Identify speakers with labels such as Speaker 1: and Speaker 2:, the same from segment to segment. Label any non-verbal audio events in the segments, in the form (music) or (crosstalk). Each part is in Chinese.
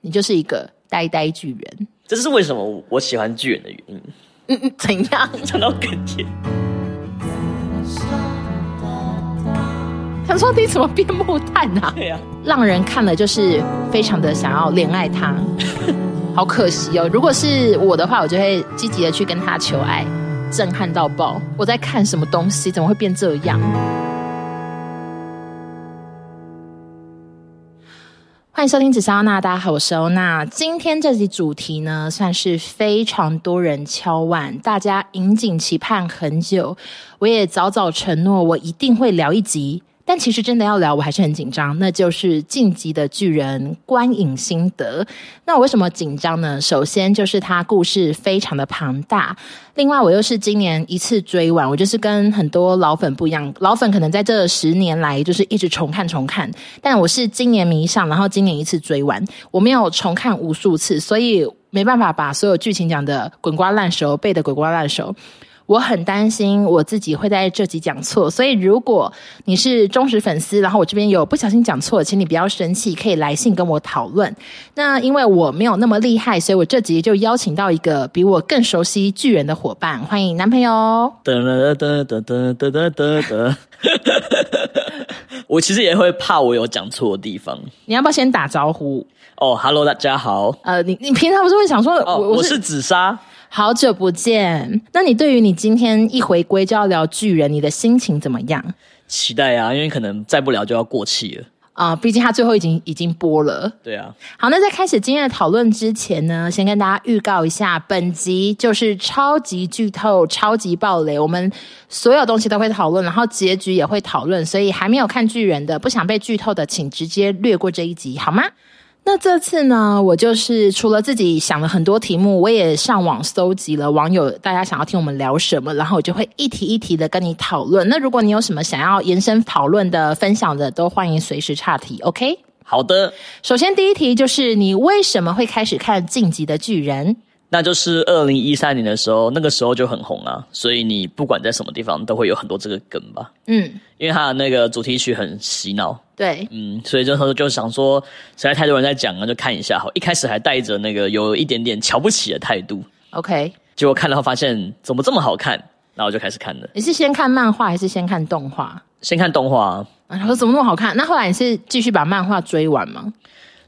Speaker 1: 你就是一个呆呆巨人。
Speaker 2: 这是为什么我喜欢巨人的原因。
Speaker 1: 嗯
Speaker 2: (laughs)
Speaker 1: 嗯，怎样？
Speaker 2: 讲到哽咽，
Speaker 1: (laughs) 想说你怎么变木炭啊？
Speaker 2: 对呀、
Speaker 1: 让人看了就是非常的想要恋爱他， (laughs) 好可惜哦。如果是我的话，我就会积极的去跟他求爱，震撼到爆。我在看什么东西？怎么会变这样？欢迎收听《紫砂欧娜》，大家好，我是欧娜。今天这集主题呢，算是非常多人敲碗，大家引颈期盼很久。我也早早承诺，我一定会聊一集。但其实真的要聊，我还是很紧张，那就是《晋级的巨人》观影心得。那我为什么紧张呢？首先就是它故事非常的庞大，另外我又是今年一次追完，我就是跟很多老粉不一样，老粉可能在这十年来就是一直重看重看，但我是今年迷上，然后今年一次追完，我没有重看无数次，所以没办法把所有剧情讲的滚瓜烂熟，背的滚瓜烂熟。我很担心我自己会在这集讲错，所以如果你是忠实粉丝，然后我这边有不小心讲错，请你不要生气，可以来信跟我讨论。那因为我没有那么厉害，所以我这集就邀请到一个比我更熟悉巨人的伙伴，欢迎男朋友。
Speaker 2: 噔噔噔噔噔噔噔噔。 (laughs) 我其实也会怕我有讲错的地方。
Speaker 1: 你要不要先打招呼？
Speaker 2: 哦、h e l l o 大家好。
Speaker 1: 呃，你你平常不是会想说，
Speaker 2: 哦，
Speaker 1: 我
Speaker 2: 我
Speaker 1: 我
Speaker 2: 是
Speaker 1: 是
Speaker 2: 紫砂。
Speaker 1: 好久不见。那你对于你今天一回归就要聊巨人，你的心情怎么样？
Speaker 2: 期待啊，因为可能再不聊就要过气了。
Speaker 1: 啊、毕竟他最后已经已经播了。
Speaker 2: 对啊，
Speaker 1: 好，那在开始今天的讨论之前呢，先跟大家预告一下，本集就是超级剧透、超级暴雷，我们所有东西都会讨论，然后结局也会讨论，所以还没有看巨人的、不想被剧透的，请直接略过这一集，好吗？那这次呢，我就是除了自己想了很多题目，我也上网搜集了网友大家想要听我们聊什么，然后我就会一题一题的跟你讨论。那如果你有什么想要延伸讨论的、分享的，都欢迎随时岔题，OK？
Speaker 2: 好的，
Speaker 1: 首先，第一题就是你为什么会开始看《晋级的巨人》？
Speaker 2: 那就是二零一三年的时候，那个时候就很红啊，所以你不管在什么地方都会有很多这个梗吧，
Speaker 1: 嗯，
Speaker 2: 因为它的那个主题曲很洗脑，
Speaker 1: 对，
Speaker 2: 嗯，所以这时候就想说，实在太多人在讲了，就看一下好。一开始还带着那个有一点点瞧不起的态度，
Speaker 1: OK。
Speaker 2: 结果看了后发现怎么这么好看，然后我就开始看了。
Speaker 1: 你是先看漫画还是先看动画？
Speaker 2: 先看动画、啊，
Speaker 1: 然后怎么那么好看？那后来你是继续把漫画追完吗？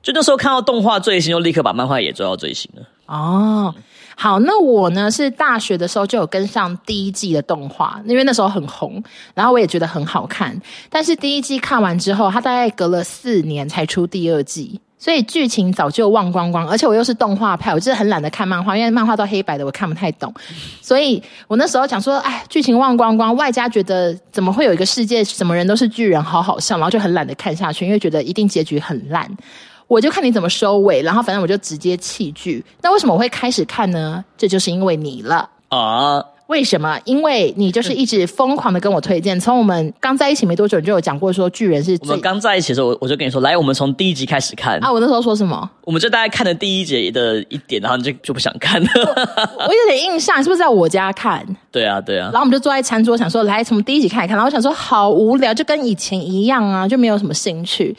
Speaker 2: 就那时候看到动画最新，就立刻把漫画也追到最新了。
Speaker 1: 哦，好，那我呢是大学的时候就有跟上第一季的动画，因为那时候很红，然后我也觉得很好看。但是第一季看完之后，它大概隔了四年才出第二季，所以剧情早就忘光光。而且我又是动画派，我就是很懒得看漫画，因为漫画都黑白的，我看不太懂。所以我那时候想说，哎，剧情忘光光，外加觉得怎么会有一个世界什么人都是巨人，好好笑，然后就很懒得看下去，因为觉得一定结局很烂。我就看你怎么收尾，然后反正我就直接弃剧。那为什么我会开始看呢？这就是因为你了。
Speaker 2: 啊，
Speaker 1: 为什么？因为你就是一直疯狂的跟我推荐。从我们刚在一起没多久，你就有讲过说巨人是
Speaker 2: 我
Speaker 1: 最
Speaker 2: 们刚在一起的时候，我我就跟你说，来，我们从第一集开始看，
Speaker 1: 啊！我那时候说什么？
Speaker 2: 我们就大概看了第一节的一点，然后你就就不想看了。
Speaker 1: 我有点印象，是不是在我家看？
Speaker 2: 对啊，对啊
Speaker 1: 然，后我们就坐在餐桌，想说来从第一集开始看。然后我想说好无聊，就跟以前一样啊，就没有什么兴趣。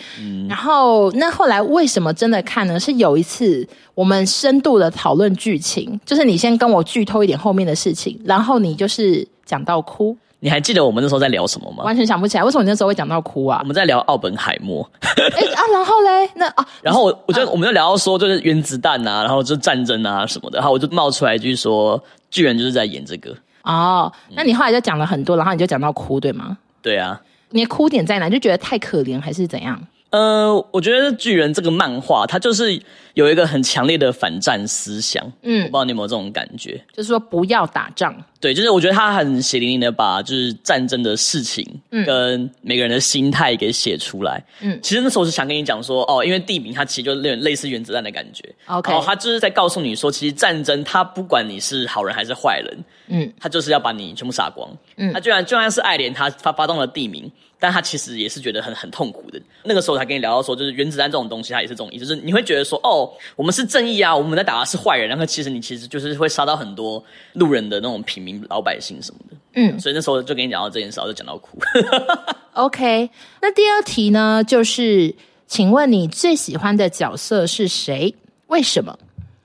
Speaker 1: 然后那后来为什么真的看呢？是有一次我们深度的讨论剧情，就是你先跟我剧透一点后面的事情，然后你就是讲到哭，
Speaker 2: 你还记得我们那时候在聊什么吗？
Speaker 1: 完全想不起来为什么你那时候会讲到哭啊
Speaker 2: 我？们在聊奥本海默，
Speaker 1: 哎啊，然后嘞，那啊，
Speaker 2: 然后我我就、我们就聊到说，就是原子弹啊，然后就是战争啊什么的，然后我就冒出来一句说，巨人就是在演这个。
Speaker 1: 哦，那你后来就讲了很多，然后你就讲到哭，对吗？
Speaker 2: 对啊，
Speaker 1: 你的哭点在哪？就觉得太可怜还是怎样？
Speaker 2: 呃，我觉得巨人这个漫画，它就是有一个很强烈的反战思想，我
Speaker 1: 嗯
Speaker 2: 不知，道你有没有这种感觉？
Speaker 1: 就是说不要打仗。
Speaker 2: 对，就是我觉得他很血淋淋的把就是战争的事情，跟每个人的心态给写出来。
Speaker 1: 嗯
Speaker 2: 其实那时候是想跟你讲说，哦，因为地名它其实就有点类似原子弹的感觉。
Speaker 1: OK
Speaker 2: 然后他就是在告诉你说，其实战争它不管你是好人还是坏人，
Speaker 1: 嗯，
Speaker 2: 他就是要把你全部杀光。
Speaker 1: 嗯
Speaker 2: 他居然就算是爱莲他发发动了地名，但他其实也是觉得很很痛苦的。那个时候才跟你聊到说，就是原子弹这种东西，它也是这种意思，就是你会觉得说，哦，我们是正义啊，我们在打的是坏人，然后其实你其实就是会杀到很多路人的那种平民老百姓什么的。
Speaker 1: 嗯
Speaker 2: 所以那时候就跟你讲到这件事，我就讲到哭。 (laughs)
Speaker 1: ，OK。那第二题呢，就是请问你最喜欢的角色是谁？为什么？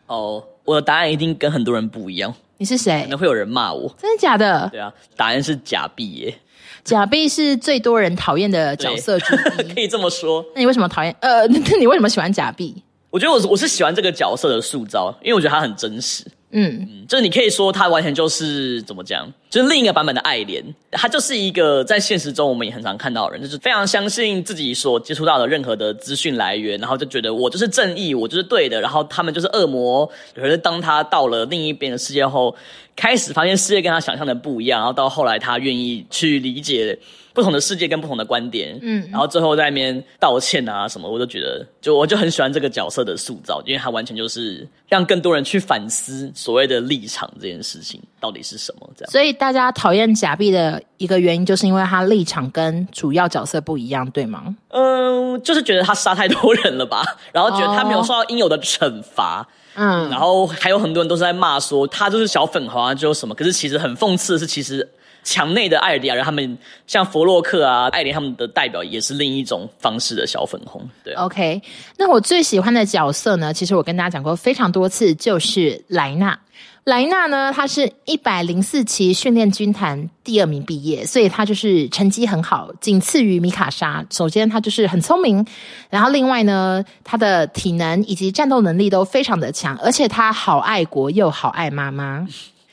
Speaker 2: 哦，我的答案一定跟很多人不一样，
Speaker 1: 你是
Speaker 2: 可
Speaker 1: 谁？
Speaker 2: 能会有人骂我。
Speaker 1: 真的假的？
Speaker 2: 对啊，答案是假币耶， (laughs)
Speaker 1: 假币是最多人讨厌的角色之一。
Speaker 2: 可以这么说。
Speaker 1: (laughs) 那你为什么讨厌？呃， (laughs) 那你为什么喜欢假币？
Speaker 2: 我觉得我是我是喜欢这个角色的塑造，因为我觉得他很真实。
Speaker 1: 嗯，
Speaker 2: 就是你可以说他完全就是怎么讲，就是另一个版本的爱莲，他就是一个在现实中我们也很常看到的人，就是非常相信自己所接触到的任何的资讯来源，然后就觉得我就是正义，我就是对的，然后他们就是恶魔。可是当他到了另一边的世界后，开始发现世界跟他想象的不一样，然后到后来他愿意去理解。不同的世界跟不同的观点，嗯，然后最后在那边道歉啊什么，我就觉得，就我就很喜欢这个角色的塑造，因为他完全就是让更多人去反思所谓的立场这件事情到底是什么，这样。
Speaker 1: 所以大家讨厌假币的一个原因，就是因为他立场跟主要角色不一样，对吗？
Speaker 2: 嗯，就是觉得他杀太多人了吧，然后觉得他没有受到应有的惩罚，
Speaker 1: 嗯，
Speaker 2: 然后还有很多人都是在骂说他就是小粉红啊，就是什么。可是其实很讽刺的是，其实墙内的艾尔迪亚人他们，像弗洛克啊、艾莲他们的代表，也是另一种方式的小粉红。对啊，
Speaker 1: OK，那我最喜欢的角色呢，其实我跟大家讲过非常多次，就是莱纳。莱纳呢，他是一百零四期训练军团第二名毕业，所以他就是成绩很好，仅次于米卡莎。首先，他就是很聪明，然后另外呢，他的体能以及战斗能力都非常的强，而且他好爱国又好爱妈妈，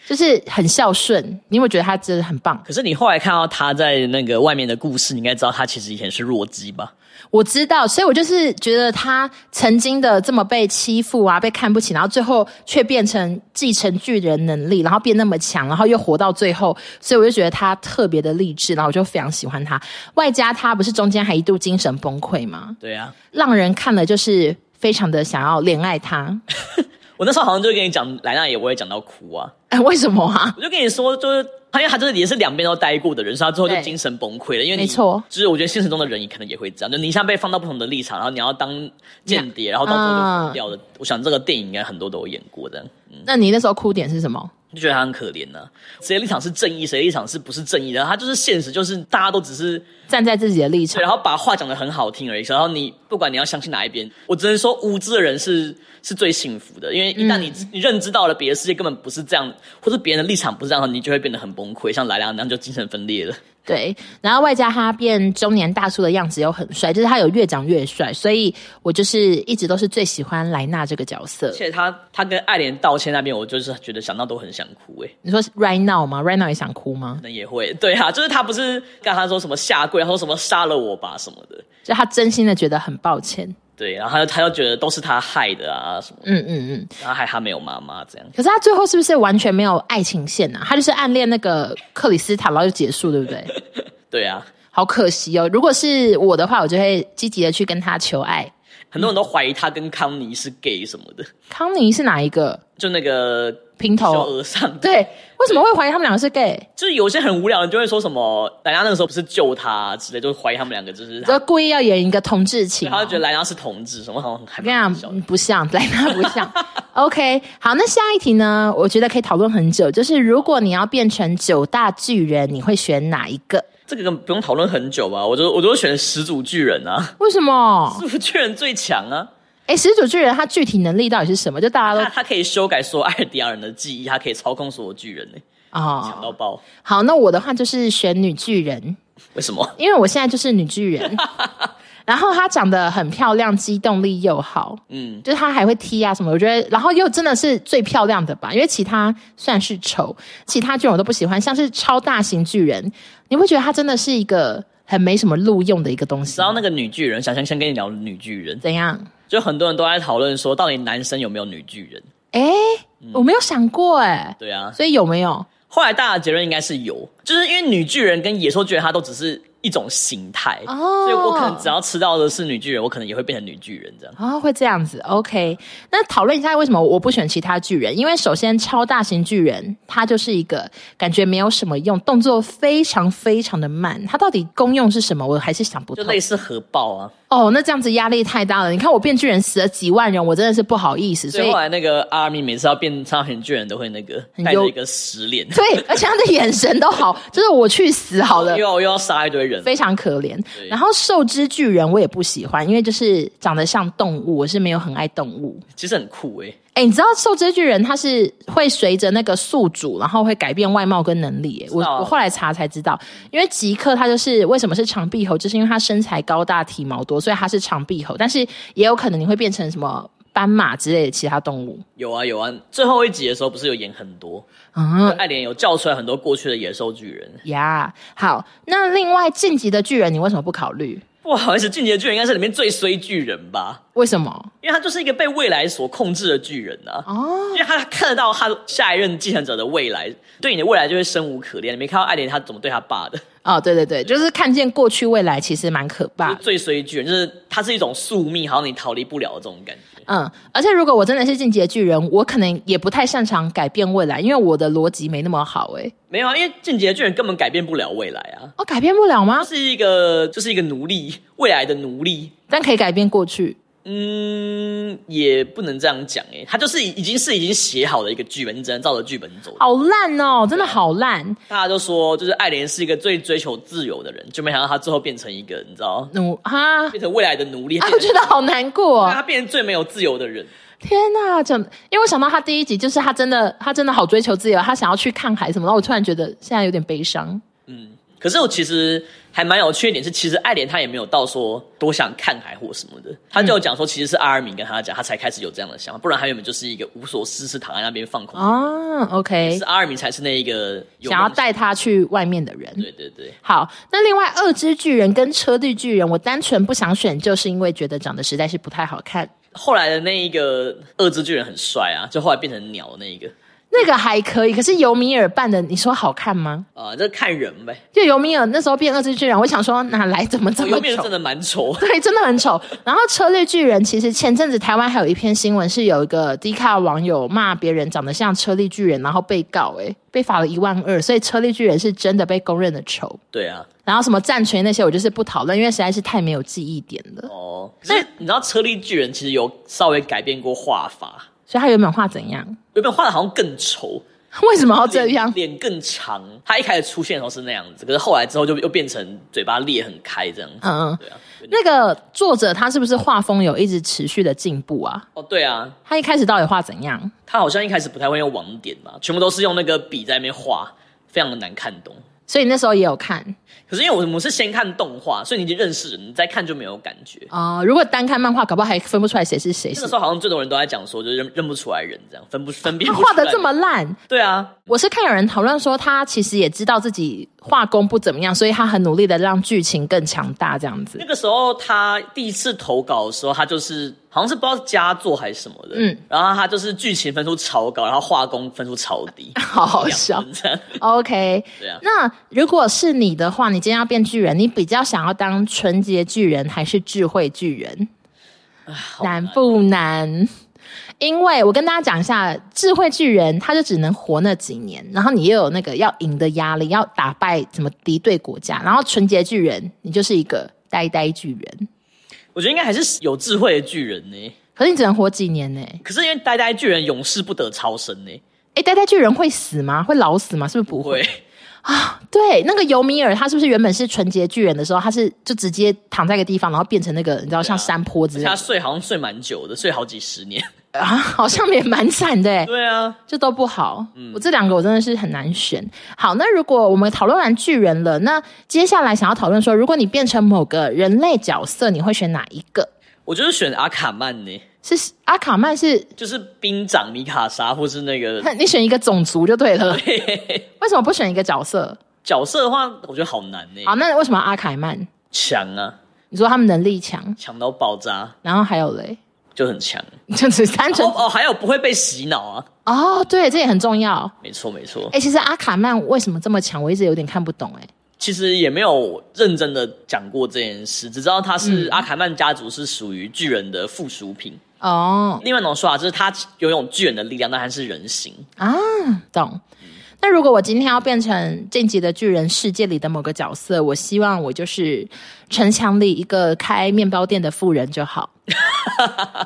Speaker 1: 就是很孝顺。你有没有觉得他真的很棒？
Speaker 2: 可是你后来看到他在那个外面的故事，你应该知道他其实以前是弱鸡吧？
Speaker 1: 我知道，所以我就是觉得他曾经的这么被欺负啊，被看不起，然后最后却变成继承巨人能力，然后变那么强，然后又活到最后，所以我就觉得他特别的励志，然后我就非常喜欢他。外加他不是中间还一度精神崩溃吗？
Speaker 2: 对啊，
Speaker 1: 让人看了就是非常的想要恋爱他。 (laughs)
Speaker 2: 我那时候好像就跟你讲，莱纳也我也讲到哭啊，
Speaker 1: 哎，为什么啊？
Speaker 2: 我就跟你说，就是他因为他真的也是两边都待过的人，所以他最后就
Speaker 1: 对
Speaker 2: 精神崩溃了。因为你
Speaker 1: 没错
Speaker 2: 就是我觉得现实中的人也可能也会这样，就你一下被放到不同的立场，然后你要当间谍，然后到最
Speaker 1: 啊
Speaker 2: 后就死掉了。我想这个电影应该很多都有演过这样。
Speaker 1: 那你那时候哭点是什么？
Speaker 2: 就觉得他很可怜呢、啊谁的立场是正义，谁的立场是不是正义的？他就是现实，就是大家都只是
Speaker 1: 站在自己的立场
Speaker 2: 对，。然后把话讲得很好听而已。然后你不管你要相信哪一边，我只能说无知的人是是最幸福的，因为一旦你、你认知到了别的世界根本不是这样，或者别人的立场不是这样的话，你就会变得很崩溃，像莱良那样就精神分裂了。 (laughs)
Speaker 1: 对，然后外加他变中年大叔的样子又很帅，就是他有越长越帅，所以我就是一直都是最喜欢莱纳这个角色
Speaker 2: 而。且他他跟爱莲道歉那边，我就是觉得想到都很想哭哎、欸
Speaker 1: 你说 right now 吗？right now 也想哭吗
Speaker 2: 可？能也会对啊，就是他不是跟他说什么下跪，他说什么杀了我吧什么的，
Speaker 1: 就他真心的觉得很抱歉。
Speaker 2: 对，然后他就他就觉得都是他害的啊什么的，
Speaker 1: 嗯嗯嗯。
Speaker 2: 然后还他没有妈妈这样。
Speaker 1: 可是他最后是不是完全没有爱情线啊？他就是暗恋那个克里斯塔，然后就结束，对不对？
Speaker 2: 对啊，
Speaker 1: 好可惜哦。如果是我的话，我就会积极的去跟他求爱。
Speaker 2: 很多人都怀疑他跟康妮是 gay 什么的，
Speaker 1: 康妮是哪一个？
Speaker 2: 就那个
Speaker 1: 平
Speaker 2: 小
Speaker 1: 头？
Speaker 2: 和尚，
Speaker 1: 对，为什么会怀疑他们两个是 gay？
Speaker 2: 就是有些很无聊的人就会说什么莱拉那个时候不是救他、之类，就怀疑他们两个就是
Speaker 1: 就
Speaker 2: 他，
Speaker 1: 故意要演一个同志情
Speaker 2: 他
Speaker 1: 哦、
Speaker 2: 就觉得莱拉是同志，什么好像还
Speaker 1: 我跟你
Speaker 2: 蛮搞笑
Speaker 1: 讲，
Speaker 2: 的。
Speaker 1: 不像， (laughs) 莱纳不像。OK，好，那下一题呢？我觉得可以讨论很久，就是如果你要变成九大巨人，你会选哪一个？
Speaker 2: 这个不用讨论很久吧？我就我就选始祖巨人啊，
Speaker 1: 为什么？
Speaker 2: 始祖巨人最强啊！
Speaker 1: 哎，始祖巨人他具体能力到底是什么？就大家
Speaker 2: 他
Speaker 1: 都
Speaker 2: 他可以修改所有艾尔迪亚人的记忆，他可以操控所有巨人呢、强
Speaker 1: 哦，
Speaker 2: 到爆！
Speaker 1: 好，那我的话就是选女巨人，
Speaker 2: 为什么？
Speaker 1: 因为我现在就是女巨人。然后她长得很漂亮，机动力又好，
Speaker 2: 嗯，
Speaker 1: 就是她还会踢啊什么，我觉得，然后又真的是最漂亮的吧，因为其他算是丑，其他巨人我都不喜欢，像是超大型巨人，你会觉得它真的是一个很没什么录用的一个东西
Speaker 2: 知，道那个女巨人，想先先跟你聊女巨人，
Speaker 1: 怎样？
Speaker 2: 就很多人都在讨论说，到底男生有没有女巨人？
Speaker 1: 哎，我没有想过哎、
Speaker 2: 对啊，
Speaker 1: 所以有没有？
Speaker 2: 后来大家的结论应该是有，就是因为女巨人跟野兽巨人它都只是一种形态，
Speaker 1: 哦
Speaker 2: 所以我可能只要吃到的是女巨人，我可能也会变成女巨人这样。
Speaker 1: 哦，会这样子，OK。那讨论一下为什么我不选其他巨人？因为首先，超大型巨人它就是一个感觉没有什么用，动作非常非常的慢，它到底功用是什么？我还是想不
Speaker 2: 就
Speaker 1: 通。
Speaker 2: 类似核爆啊，
Speaker 1: 哦，那这样子压力太大了。你看我变巨人死了几万人，我真的是不好意思。
Speaker 2: 所
Speaker 1: 所
Speaker 2: 以
Speaker 1: 以
Speaker 2: 后
Speaker 1: (laughs)
Speaker 2: 来那个阿米每次要变超人巨人都会那个
Speaker 1: 很
Speaker 2: 带
Speaker 1: 忧
Speaker 2: 着一个死脸，
Speaker 1: (laughs) 对，而且他的眼神都好，就是我去死好了
Speaker 2: 又。要又要杀一堆人
Speaker 1: 非常可怜
Speaker 2: 哎对。
Speaker 1: 然后兽之巨人我也不喜欢，因为就是长得像动物，我是没有很爱动物。
Speaker 2: 其实很酷欸诶、
Speaker 1: 哎，你知道兽之巨人他是会随着那个宿主，然后会改变外貌跟能力。哎，我
Speaker 2: 知道啊
Speaker 1: 我后来查才知道，因为吉克他就是为什么是长臂猴，就是因为他身材高大体毛多，所以他是长臂猴。但是也有可能你会变成什么斑马之类的其他动物
Speaker 2: 有啊有啊，最后一集的时候不是有演很多，
Speaker 1: 啊。
Speaker 2: 爱莲有叫出来很多过去的野兽巨人。
Speaker 1: 呀好，那另外晋级的巨人你为什么不考虑？
Speaker 2: 不好意思，进击的巨人应该是里面最衰巨人吧，
Speaker 1: 为什么？
Speaker 2: 因为他就是一个被未来所控制的巨人啊。
Speaker 1: 哦，
Speaker 2: 因为他看得到他下一任继承者的未来，对你的未来就会生无可恋。你没看到爱莲他怎么对他爸的， (laughs)
Speaker 1: 哦，对对对，就是看见过去未来，其实蛮可怕
Speaker 2: 就
Speaker 1: 的
Speaker 2: 是。最衰巨人，就是他是一种宿命，好像你逃离不了的这种感觉。
Speaker 1: 嗯，而且如果我真的是进阶巨人，我可能也不太擅长改变未来，因为我的逻辑没那么好、欸。
Speaker 2: 没有啊，因为进击的巨人根本改变不了未来啊，
Speaker 1: 哦，改变不了吗
Speaker 2: 他？是一个就是一个奴隶，未来的奴隶。
Speaker 1: 但可以改变过去。
Speaker 2: 嗯，也不能这样讲诶、他就是已已经是已经写好的一个剧本，你只能照着剧本走。
Speaker 1: 好烂哦，真的好烂。
Speaker 2: 大家都说，就是爱莲是一个最追求自由的人，就没想到他最后变成一个，你知道，
Speaker 1: 奴哈，啊，
Speaker 2: 变成未来的奴隶。
Speaker 1: 我觉得好难过、
Speaker 2: 他变成最没有自由的人。
Speaker 1: 天哪，怎？因为我想到他第一集，就是他真的，他真的好追求自由，他想要去看海什么，然后我突然觉得现在有点悲伤。
Speaker 2: 可是我其实还蛮有趣一点是，其实爱莲她也没有到说多想看海或什么的，她就有讲说其实是阿尔敏跟她讲，她才开始有这样的想法，不然她原本就是一个无所事事躺在那边放空。
Speaker 1: 啊，OK，
Speaker 2: 是阿尔敏才是那一个有
Speaker 1: 想要
Speaker 2: 梦想，
Speaker 1: 带他去外面的人。
Speaker 2: 对对对，
Speaker 1: 好，那另外二只巨人跟车地巨人，我单纯不想选，就是因为觉得长得实在是不太好看。
Speaker 2: 后来的那一个二之巨人很帅啊，就后来变成鸟的那一个
Speaker 1: 那个还可以，可是尤米尔扮的，你说好看吗？
Speaker 2: 啊，这看人呗，
Speaker 1: 就尤米尔那时候变二只巨人，我想说哪来怎么这
Speaker 2: 我
Speaker 1: 么
Speaker 2: 右面
Speaker 1: 丑，
Speaker 2: 真？的蛮丑 (laughs)
Speaker 1: (laughs) 对，真的很丑。然后车裂巨人，其实前阵子台湾还有一篇新闻，是有一个低卡网友骂别人长得像车裂巨人，然后被告、欸，被罚了一万二，所以车裂巨人是真的被公认的丑。
Speaker 2: 对啊，
Speaker 1: 然后什么战锤那些，我就是不讨论，因为实在是太没有记忆点了。
Speaker 2: 哦，可是你知道车力巨人其实有稍微改变过画法，
Speaker 1: 所以他原本画怎样？ (laughs)
Speaker 2: 原本画的好像更丑，
Speaker 1: 为什么要哦这样？
Speaker 2: 脸脸更长。他一开始出现的时候是那样子，可是后来之后就又变成嘴巴裂很开这样子。
Speaker 1: 嗯嗯，
Speaker 2: 对啊，
Speaker 1: 那个作者他是不是画风有一直持续的进步啊？
Speaker 2: 哦对啊，
Speaker 1: 他一开始到底画怎样？
Speaker 2: 他好像一开始不太会用网点嘛，全部都是用那个笔在那边画，非常的难看懂。
Speaker 1: 所以你那时候也有看
Speaker 2: 可是因为我们是先看动画，所以你已经认识了，你再看就没有感觉。
Speaker 1: 啊、呃如果单看漫画，搞不好还分不出来谁是谁
Speaker 2: 那
Speaker 1: 是
Speaker 2: 个时。候好像最多人都在讲说，就是认认不出来人这样，
Speaker 1: (laughs)
Speaker 2: 分不分辨
Speaker 1: 他
Speaker 2: 不出来
Speaker 1: 画的这么烂，
Speaker 2: 对啊，
Speaker 1: 我是看有人讨论说，他其实也知道自己画工不怎么样，所以他很努力的让剧情更强大，这样
Speaker 2: 那 (laughs)
Speaker 1: 子。
Speaker 2: 个时候他第一次投稿的时候，他就是好像是不知道是佳作还是什么的，
Speaker 1: 嗯
Speaker 2: 嗯，然后他就是剧情分数超高，然后画工分数超低，
Speaker 1: 好好笑
Speaker 2: 两分这样
Speaker 1: OK，
Speaker 2: 对啊
Speaker 1: 那如果是你的话，你今天要变巨人，你比较想要当纯洁巨人还是智慧巨人？
Speaker 2: 啊好
Speaker 1: 难不难？因为我跟大家讲一下，智慧巨人他就只能活那几年，然后你又有那个要赢的压力，要打败什么敌对国家，然后纯洁巨人你就是一个呆呆巨人，
Speaker 2: 我觉得应该还是有智慧的巨人呢、
Speaker 1: 可是你只能活几年呢、
Speaker 2: 可是因为呆呆巨人永世不得超生呢、
Speaker 1: 诶，呆呆巨人会死吗？会老死吗？是不是不
Speaker 2: 不
Speaker 1: 会？
Speaker 2: 会，
Speaker 1: 对，那个尤米尔他是不是原本是纯洁巨人的时候，他是就直接躺在一个地方，然后变成那个你知道像山坡之
Speaker 2: 而
Speaker 1: 类
Speaker 2: 且
Speaker 1: 的
Speaker 2: 他睡好像睡蛮久的，睡好几十年。
Speaker 1: 啊， (laughs) 好像也蛮惨的、欸。
Speaker 2: 对啊，
Speaker 1: 就都不好。我这两个我真的是很难选。好，那如果我们讨论完巨人了，那接下来想要讨论说，如果你变成某个人类角色，你会选哪一个？
Speaker 2: 我就是选阿卡曼呢、
Speaker 1: 是阿卡曼是？ (laughs)
Speaker 2: 就是兵长米卡莎，或是那个
Speaker 1: 你选一个种族就对了。为什么不选一个角色？
Speaker 2: 角色的话，我觉得好难呢、
Speaker 1: 好，那为什么阿卡曼？
Speaker 2: 强啊，
Speaker 1: 你说他们能力强，
Speaker 2: 强到爆炸，
Speaker 1: 然后还有嘞，
Speaker 2: 就很强。
Speaker 1: (laughs) 就只是单纯
Speaker 2: 哦哦，还有不会被洗脑啊，
Speaker 1: 哦，对，这也很重要。
Speaker 2: 没错没错，
Speaker 1: 哎、其实阿卡曼为什么这么强，我一直有点看不懂哎、
Speaker 2: 其实也没有认真的讲过这件事，只知道他
Speaker 1: 嗯
Speaker 2: 是、阿卡曼家族是属于巨人的附属品。
Speaker 1: 哦
Speaker 2: 另外一种说法就是他拥有巨人的力量，但他是人形。
Speaker 1: 啊，懂。那如果我今天要变成《晋级的巨人》世界里的
Speaker 2: (laughs)
Speaker 1: 某个角色，我希望我就是城墙里一个开面包店的富人就好。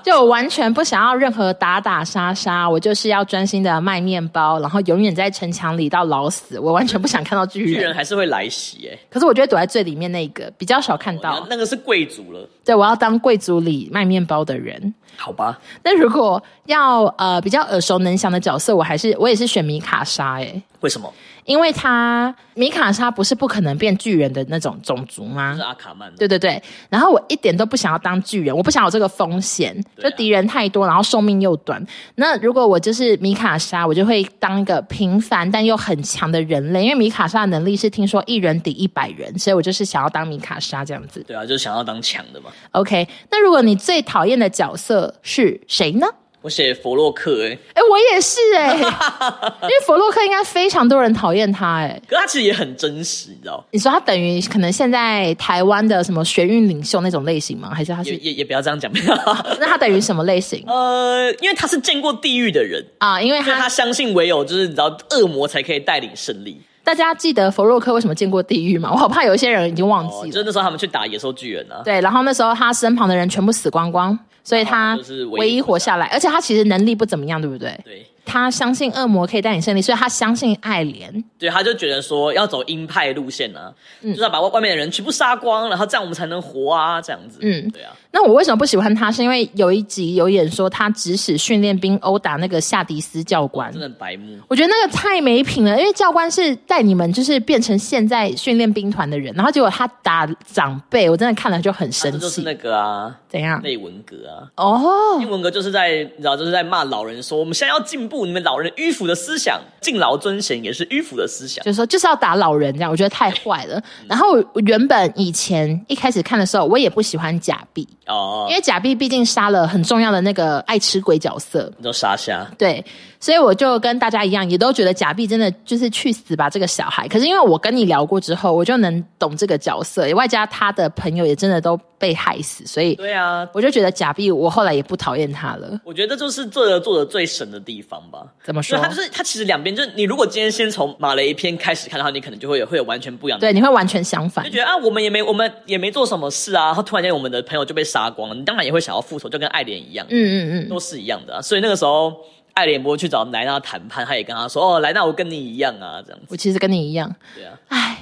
Speaker 1: 就我完全不想要任何打打杀杀，我就是要专心的卖面包，然后永远在城墙里到老死。我完全不想看到巨人，
Speaker 2: 巨人还是会来袭哎、
Speaker 1: 可是我觉得躲在最里面那个比较少看
Speaker 2: 那
Speaker 1: 到。
Speaker 2: 那个是贵族了，
Speaker 1: 对，我要当贵族里卖面包的人。 (laughs)
Speaker 2: 好吧？
Speaker 1: 那如果要呃比较耳熟能详的角色，我还是我也是选米卡莎诶、
Speaker 2: 为什么？
Speaker 1: 因为他米卡莎不是不可能变巨人的那种种族吗
Speaker 2: 是？阿卡曼，
Speaker 1: 对对对，然后我一点都不想要当巨人，我不想有这个风险，
Speaker 2: 对
Speaker 1: 就
Speaker 2: 啊
Speaker 1: 敌人太多，然后寿命又短。那如果我就是米卡莎，我就会当一个平凡但又很强的人类，因为米卡莎的能力是听说一人抵一百人，所以我就是想要当米卡莎这样子。
Speaker 2: 对啊，就是想要当强的嘛。
Speaker 1: OK，那如果你最讨厌的角色是谁呢？
Speaker 2: 我写佛洛克哎、
Speaker 1: 哎，我也是哎、 (laughs) 因为弗洛克应该非常多人讨厌他哎、
Speaker 2: 可他其实也很真实，你知道？
Speaker 1: 你说他等于可能现在台湾的什么学运领袖那种类型吗？还是他
Speaker 2: 也
Speaker 1: 是？
Speaker 2: 也也不要这样讲。 (laughs)
Speaker 1: 那他等于什么类型
Speaker 2: 呃，因为他是见过地狱的人，
Speaker 1: 啊？因为
Speaker 2: 所以
Speaker 1: 他
Speaker 2: 他相信唯有就是你知道恶魔才可以带领胜利。
Speaker 1: 大家记得弗洛克为什么进过地狱吗？我好怕有一些人已经忘
Speaker 2: 哦，
Speaker 1: 记
Speaker 2: 就
Speaker 1: 了。
Speaker 2: 是那时候他们去打野兽巨人啊，
Speaker 1: 对，然后那时候他身旁的人全部死光光，所以他
Speaker 2: 哦就是唯一
Speaker 1: 唯一活下来，而且他其实能力不怎么样，对不对？
Speaker 2: 对
Speaker 1: 他相信恶魔可以带你胜利，所以他相信爱莲。
Speaker 2: 对，他就觉得说要走鹰派路线啊，就是要把外外面的人全部杀光，然后这样我们才能活啊，这样子。
Speaker 1: 嗯
Speaker 2: 对啊，
Speaker 1: 那我为什么不喜欢他？是因为有一集有演说他指使训练兵殴打那个夏迪斯教官
Speaker 2: 真，的很白目。
Speaker 1: 我觉得那个太没品了，因为教官是带你们就是变成现在训练兵团的人，然后结果他打长辈，我真的看了就很
Speaker 2: 他
Speaker 1: 生
Speaker 2: 啊这就
Speaker 1: 气。
Speaker 2: 是那个啊，
Speaker 1: 怎样？
Speaker 2: 内文革啊，
Speaker 1: 哦，
Speaker 2: 内文革就是在你知道就是在骂老人说，我们现在要进步，你们老人迂腐的思想，敬老尊贤也是迂腐的思想。
Speaker 1: 就是说就是要打老人这样，我觉得太坏了。然后我原本以前一开始看的时候，我也不喜欢假币，
Speaker 2: 哦
Speaker 1: 因，为假币毕竟杀了很重要的那个爱吃鬼角色。
Speaker 2: 你知道沙虾，
Speaker 1: 对，所以我就跟大家一样，也都觉得假币真的就是去死吧这个小孩。可是因为我跟你聊过之后，我就能懂这个角色，外加他的朋友也真的都被害死，所以
Speaker 2: 对啊，
Speaker 1: 我就觉得假币我后来也不讨厌他 (laughs) 了。
Speaker 2: 我觉得这就是作者做的最神的地方吧。
Speaker 1: 怎么
Speaker 2: 所
Speaker 1: 说
Speaker 2: 以？他就是他其实两边就是你如果今天先从马雷篇开始看的话，你可能就会有会有完全不一样的。
Speaker 1: 对，你会完全相反
Speaker 2: 就。觉得啊，我们也没我们也没做什么事啊，然后突然间我们的朋友就被杀光了，你当然也会想要复仇，就跟爱莲一样，
Speaker 1: 嗯嗯嗯，
Speaker 2: 都是一样的、啊。所以那个时候，爱莲不会去找莱纳谈判，他也跟他
Speaker 1: 嗯
Speaker 2: 说：“哦，莱纳，我跟你一样啊，这样子。
Speaker 1: 我其实跟你一样，”
Speaker 2: 对啊，
Speaker 1: 唉。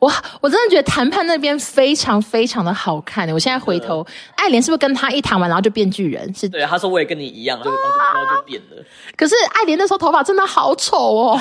Speaker 1: 我我真的觉得谈判那边非常非常的好看，我现在回头，爱莲是不是跟他一谈完，然后就变巨人？是，
Speaker 2: 对啊，他说我也跟你
Speaker 1: 嗯
Speaker 2: 一样，这个然后就变了。
Speaker 1: 可是爱莲那时候头发真的好丑
Speaker 2: (laughs)
Speaker 1: 哦，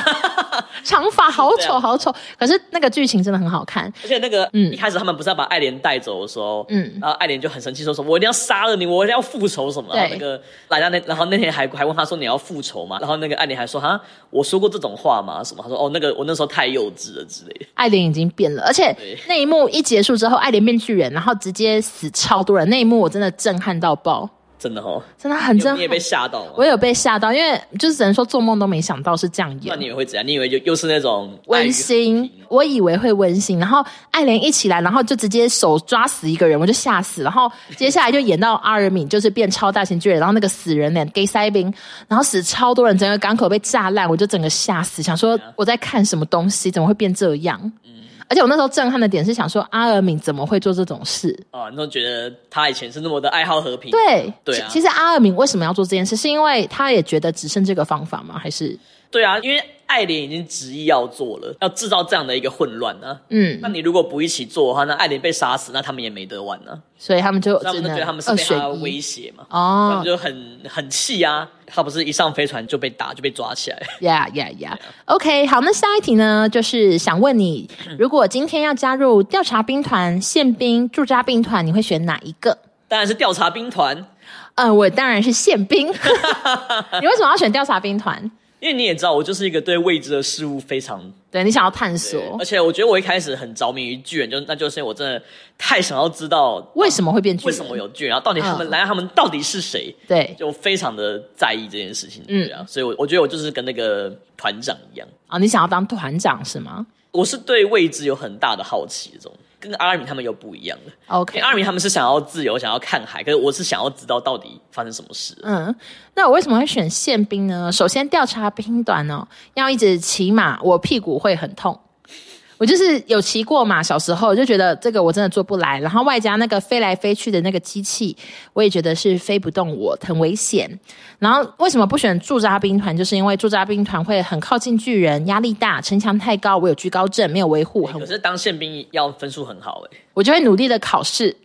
Speaker 1: 长发好
Speaker 2: 是这
Speaker 1: 丑
Speaker 2: 样
Speaker 1: 好丑，可是那个剧情真的很好看，
Speaker 2: 而且那个，一开始他们不是要把爱莲带走的时候，
Speaker 1: 嗯
Speaker 2: 嗯，然后爱莲就很生气，说什么我一定要杀了你，我一定要复仇什么。
Speaker 1: 对
Speaker 2: 然后那个莱纳那，然后那天还还问他说你要复仇吗？然后那个爱莲还说哈，我说过这种话吗？什么？他说哦，那个我那时候太幼稚了之类的。
Speaker 1: 爱莲已经变了，而且
Speaker 2: 对
Speaker 1: 那一幕一结束之后，爱莲变巨人，然后直接死超多人，那一幕我真的震撼到爆，
Speaker 2: 真的哦，
Speaker 1: 真的很
Speaker 2: 你
Speaker 1: 震
Speaker 2: 你
Speaker 1: 撼
Speaker 2: 也。被吓到吗？
Speaker 1: 我有被吓到，因为就是只能说做梦都没想到是这样
Speaker 2: 那
Speaker 1: 演
Speaker 2: 你，以为会怎样？你以为又又是那种爱与
Speaker 1: 温馨，我以为会温馨，然后爱莲一起来，然后就直接手抓死一个人，我就吓死。然后接下来就演到阿尔敏，就是变超大型巨人，然后那个死人脸 gay 塞宾，然后死超多人，整个港口被炸烂，我就整个吓死，想说我在看什么东西，怎么会变这样？而且我那时候震撼的点是想说，阿尔敏怎么会做这种事？
Speaker 2: 啊，你都觉得他以前是那么的爱好和平，
Speaker 1: 对，
Speaker 2: 对啊
Speaker 1: 其其实阿尔敏为什么要做这件事？是因为他也觉得只剩这个方法吗？还是
Speaker 2: 对啊，因为爱莲已经执意要做了，要制造这样的一个混乱啊。
Speaker 1: 嗯
Speaker 2: 那，你如果不一起做的话，那爱莲被杀死，那他们也没得玩呢、
Speaker 1: 所以他们就
Speaker 2: 他
Speaker 1: 只
Speaker 2: 们都
Speaker 1: 能
Speaker 2: 觉得他们是
Speaker 1: 二
Speaker 2: 被
Speaker 1: 选
Speaker 2: 他
Speaker 1: 一
Speaker 2: 威胁嘛，他
Speaker 1: 哦
Speaker 2: 们，就很很气啊。他不是一上飞船就被打，就被抓起来。
Speaker 1: Yeah, yeah, yeah. OK，好，那下一题呢，就是想问你，如果今天要加入调查兵团、宪兵、驻扎兵团，你会选哪一个？
Speaker 2: 当然是调查兵团，
Speaker 1: 呃，我当然是宪
Speaker 2: (laughs)
Speaker 1: 兵。你为什么要选调查兵团？
Speaker 2: 因为你也知道，我就是一个对未知的事物非常
Speaker 1: 对你想要探
Speaker 2: 对
Speaker 1: 索
Speaker 2: 而且我觉得我一开始很着迷于巨人，就那就是因为我真的太想要知道
Speaker 1: 为什么会变巨
Speaker 2: 为
Speaker 1: 人？
Speaker 2: 什么有巨人，然后到底他们
Speaker 1: 嗯
Speaker 2: 来，他们到底是谁，
Speaker 1: 对
Speaker 2: 就非常的在意这件事情。
Speaker 1: 嗯
Speaker 2: 对啊，所以我我觉得我就是跟那个团长一样，
Speaker 1: 啊、你想要当团长是吗
Speaker 2: 我是对未知有很大的好奇，这种跟阿尔敏他们又不一样的。因
Speaker 1: ？OK，
Speaker 2: 为阿尔敏他们是想要自由，想要看海，可是我是想要知道到底发生什么事。
Speaker 1: 嗯，那我为什么会选宪兵呢？首先，调查兵团哦，要一直骑马，我屁股会很痛。我就是有骑过嘛，小时候就觉得这个我真的做不来，然后外加那个飞来飞去的那个机器，我也觉得是飞不动我，很危险。然后为什么不选驻扎兵团？就是因为驻扎兵团会很靠近巨人，压力大，城墙太高，我有惧高症，没有维护，很
Speaker 2: 可哎是当宪兵要分数很好哎、
Speaker 1: 我就会努力的考试。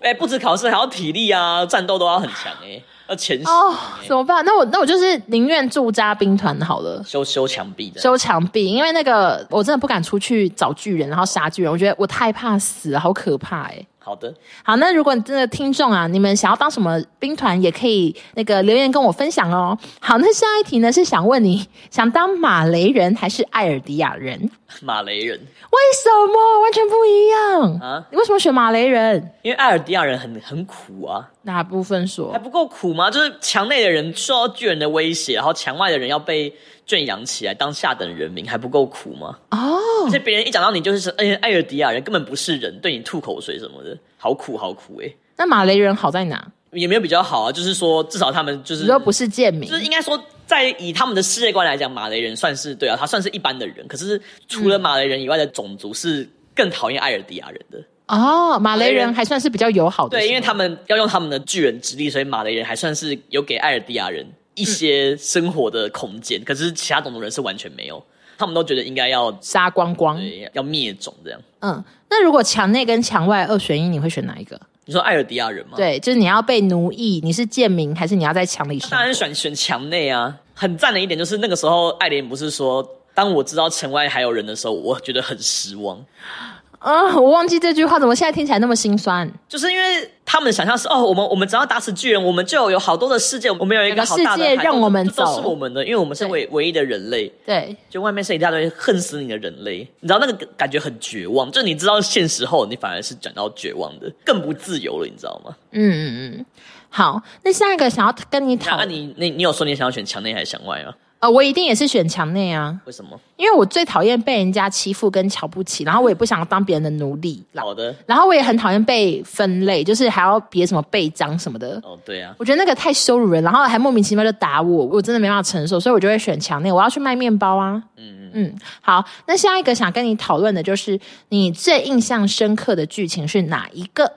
Speaker 2: 哎、不止考试，还要体力啊，战斗都要很强哎、要前行、
Speaker 1: 哦，怎么办？那我那我就是宁愿驻扎兵团好了。
Speaker 2: 修修墙壁的。
Speaker 1: 修墙壁，因为那个我真的不敢出去找巨人，然后杀巨人，我觉得我太怕死了，好可怕哎、
Speaker 2: 好的，
Speaker 1: 好，那如果真的听众啊，你们想要当什么兵团，也可以那个留言跟我分享哦。好，那下一题呢是想问你，想当马雷人还是艾尔迪亚人？为
Speaker 2: 马雷人，
Speaker 1: 什么完全不一样
Speaker 2: 啊
Speaker 1: 你为什么选马雷人？
Speaker 2: 因为艾尔迪亚人很很苦啊，
Speaker 1: 哪部分
Speaker 2: 还
Speaker 1: 说？
Speaker 2: 不够苦吗？就是墙内的人受到巨人的威胁，然后墙外的人要被圈养起来当下等人民，还不够苦吗？
Speaker 1: 哦，
Speaker 2: 而且别人一讲到你就是，哎，艾尔迪亚人根本不是人，对你吐口水什么的，好苦好苦哎、
Speaker 1: 那马雷人好在哪？
Speaker 2: 也没有比较好啊，就是说至少他们就是
Speaker 1: 你说不是贱民
Speaker 2: 就是应该说，在以他们的世界观来讲，马雷人算是对啊，他算是一般的人。可是除
Speaker 1: 嗯
Speaker 2: 了马雷人以外的种族是更讨厌艾尔迪亚人的，
Speaker 1: 哦，马雷
Speaker 2: 马雷
Speaker 1: 人
Speaker 2: 人
Speaker 1: 还算是比较友好的，
Speaker 2: 对，因为
Speaker 1: 是
Speaker 2: 他
Speaker 1: 吗
Speaker 2: 们要用他们的巨人之力，所以马雷人还算是有给艾尔迪亚人一些生活的空间。可是其他种族人是完全没有，他们都觉得应该要
Speaker 1: 杀光光。
Speaker 2: 对要灭种这样。
Speaker 1: 嗯，那如果墙内跟墙外二选一，你会选哪一个？
Speaker 2: 你说艾尔迪亚人吗？，
Speaker 1: 对，就是你要被奴役，你是贱民，还是你要在墙里生活？
Speaker 2: 当然选选墙内啊。很赞的一点就是那个时候艾莲不是说，当我知道城外还有人的时候，我觉得很失望。
Speaker 1: 啊、我忘记这句话，怎么现在听起来那么心酸？
Speaker 2: 就是因为他们想象是哦，我们我们只要打死巨人，我们就有好多的世界，我们有一个好大的
Speaker 1: 世界
Speaker 2: 海
Speaker 1: 让我们
Speaker 2: 这都
Speaker 1: 走
Speaker 2: 是我们的，因为我们是唯唯一的人类。
Speaker 1: 对，
Speaker 2: 就外面是一大堆恨死你的人类，你知道那个感觉很绝望。就你知道现实后，你反而是感到绝望的，更不自由了，你知道吗？
Speaker 1: 嗯嗯嗯。好，那下一个想要跟你讨
Speaker 2: 那、啊、你你你有说你想要选墙内还是墙外吗？
Speaker 1: 呃，我一定也是选墙内啊，
Speaker 2: 为什么？
Speaker 1: 因为我最讨厌被人家欺负跟瞧不起，然后我也不想当别人的奴隶，然后
Speaker 2: 好的，
Speaker 1: 然后我也很讨厌被分类，就是还要别什么背章什么的。
Speaker 2: 哦，对啊，
Speaker 1: 我觉得那个太羞辱人，然后还莫名其妙就打我，我真的没办法承受，所以我就会选墙内。我要去卖面包啊。嗯嗯，好，那下一个想跟你讨论的就是你最印象深刻的剧情是哪一个？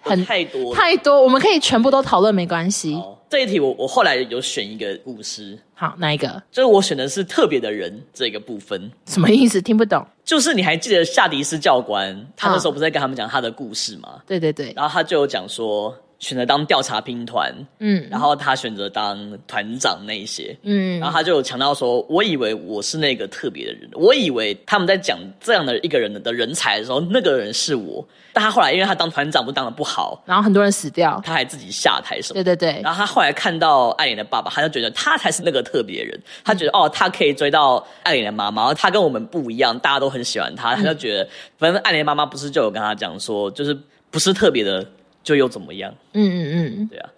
Speaker 1: 很
Speaker 2: 太多了。
Speaker 1: 太多，我们可以全部都讨论，没关系。
Speaker 2: 好这一题我我后来有选一个故事，
Speaker 1: 好，哪一个？
Speaker 2: 就是我选的是特别的人这个部分。
Speaker 1: 什么意思？听不懂。
Speaker 2: 就是你还记得夏迪斯教官，他那时候不是在跟他们讲他的故事吗？
Speaker 1: 对对对，
Speaker 2: 然后他就有讲说，选择当调查兵团，
Speaker 1: 嗯
Speaker 2: 然后他选择当团长那一些。
Speaker 1: 嗯
Speaker 2: 然后他就有强调说，我以为我是那个特别的人，我以为他们在讲这样的一个人的人才的时候，那个人是我。但他后来因为他当团长不当的不好，
Speaker 1: 然后很多人死掉。
Speaker 2: 他还自己下台什么
Speaker 1: 对
Speaker 2: 的
Speaker 1: 对对，
Speaker 2: 然后他后来看到艾琳的爸爸，他就觉得他才是那个特别人。他觉得
Speaker 1: 嗯
Speaker 2: 哦，他可以追到艾琳的妈妈，他跟我们不一样，大家都很喜欢他。
Speaker 1: 嗯
Speaker 2: 他就觉得，反正艾琳的妈妈不是就有跟他讲说，就是不是特别的就又怎么样？
Speaker 1: 嗯嗯嗯，
Speaker 2: 对啊，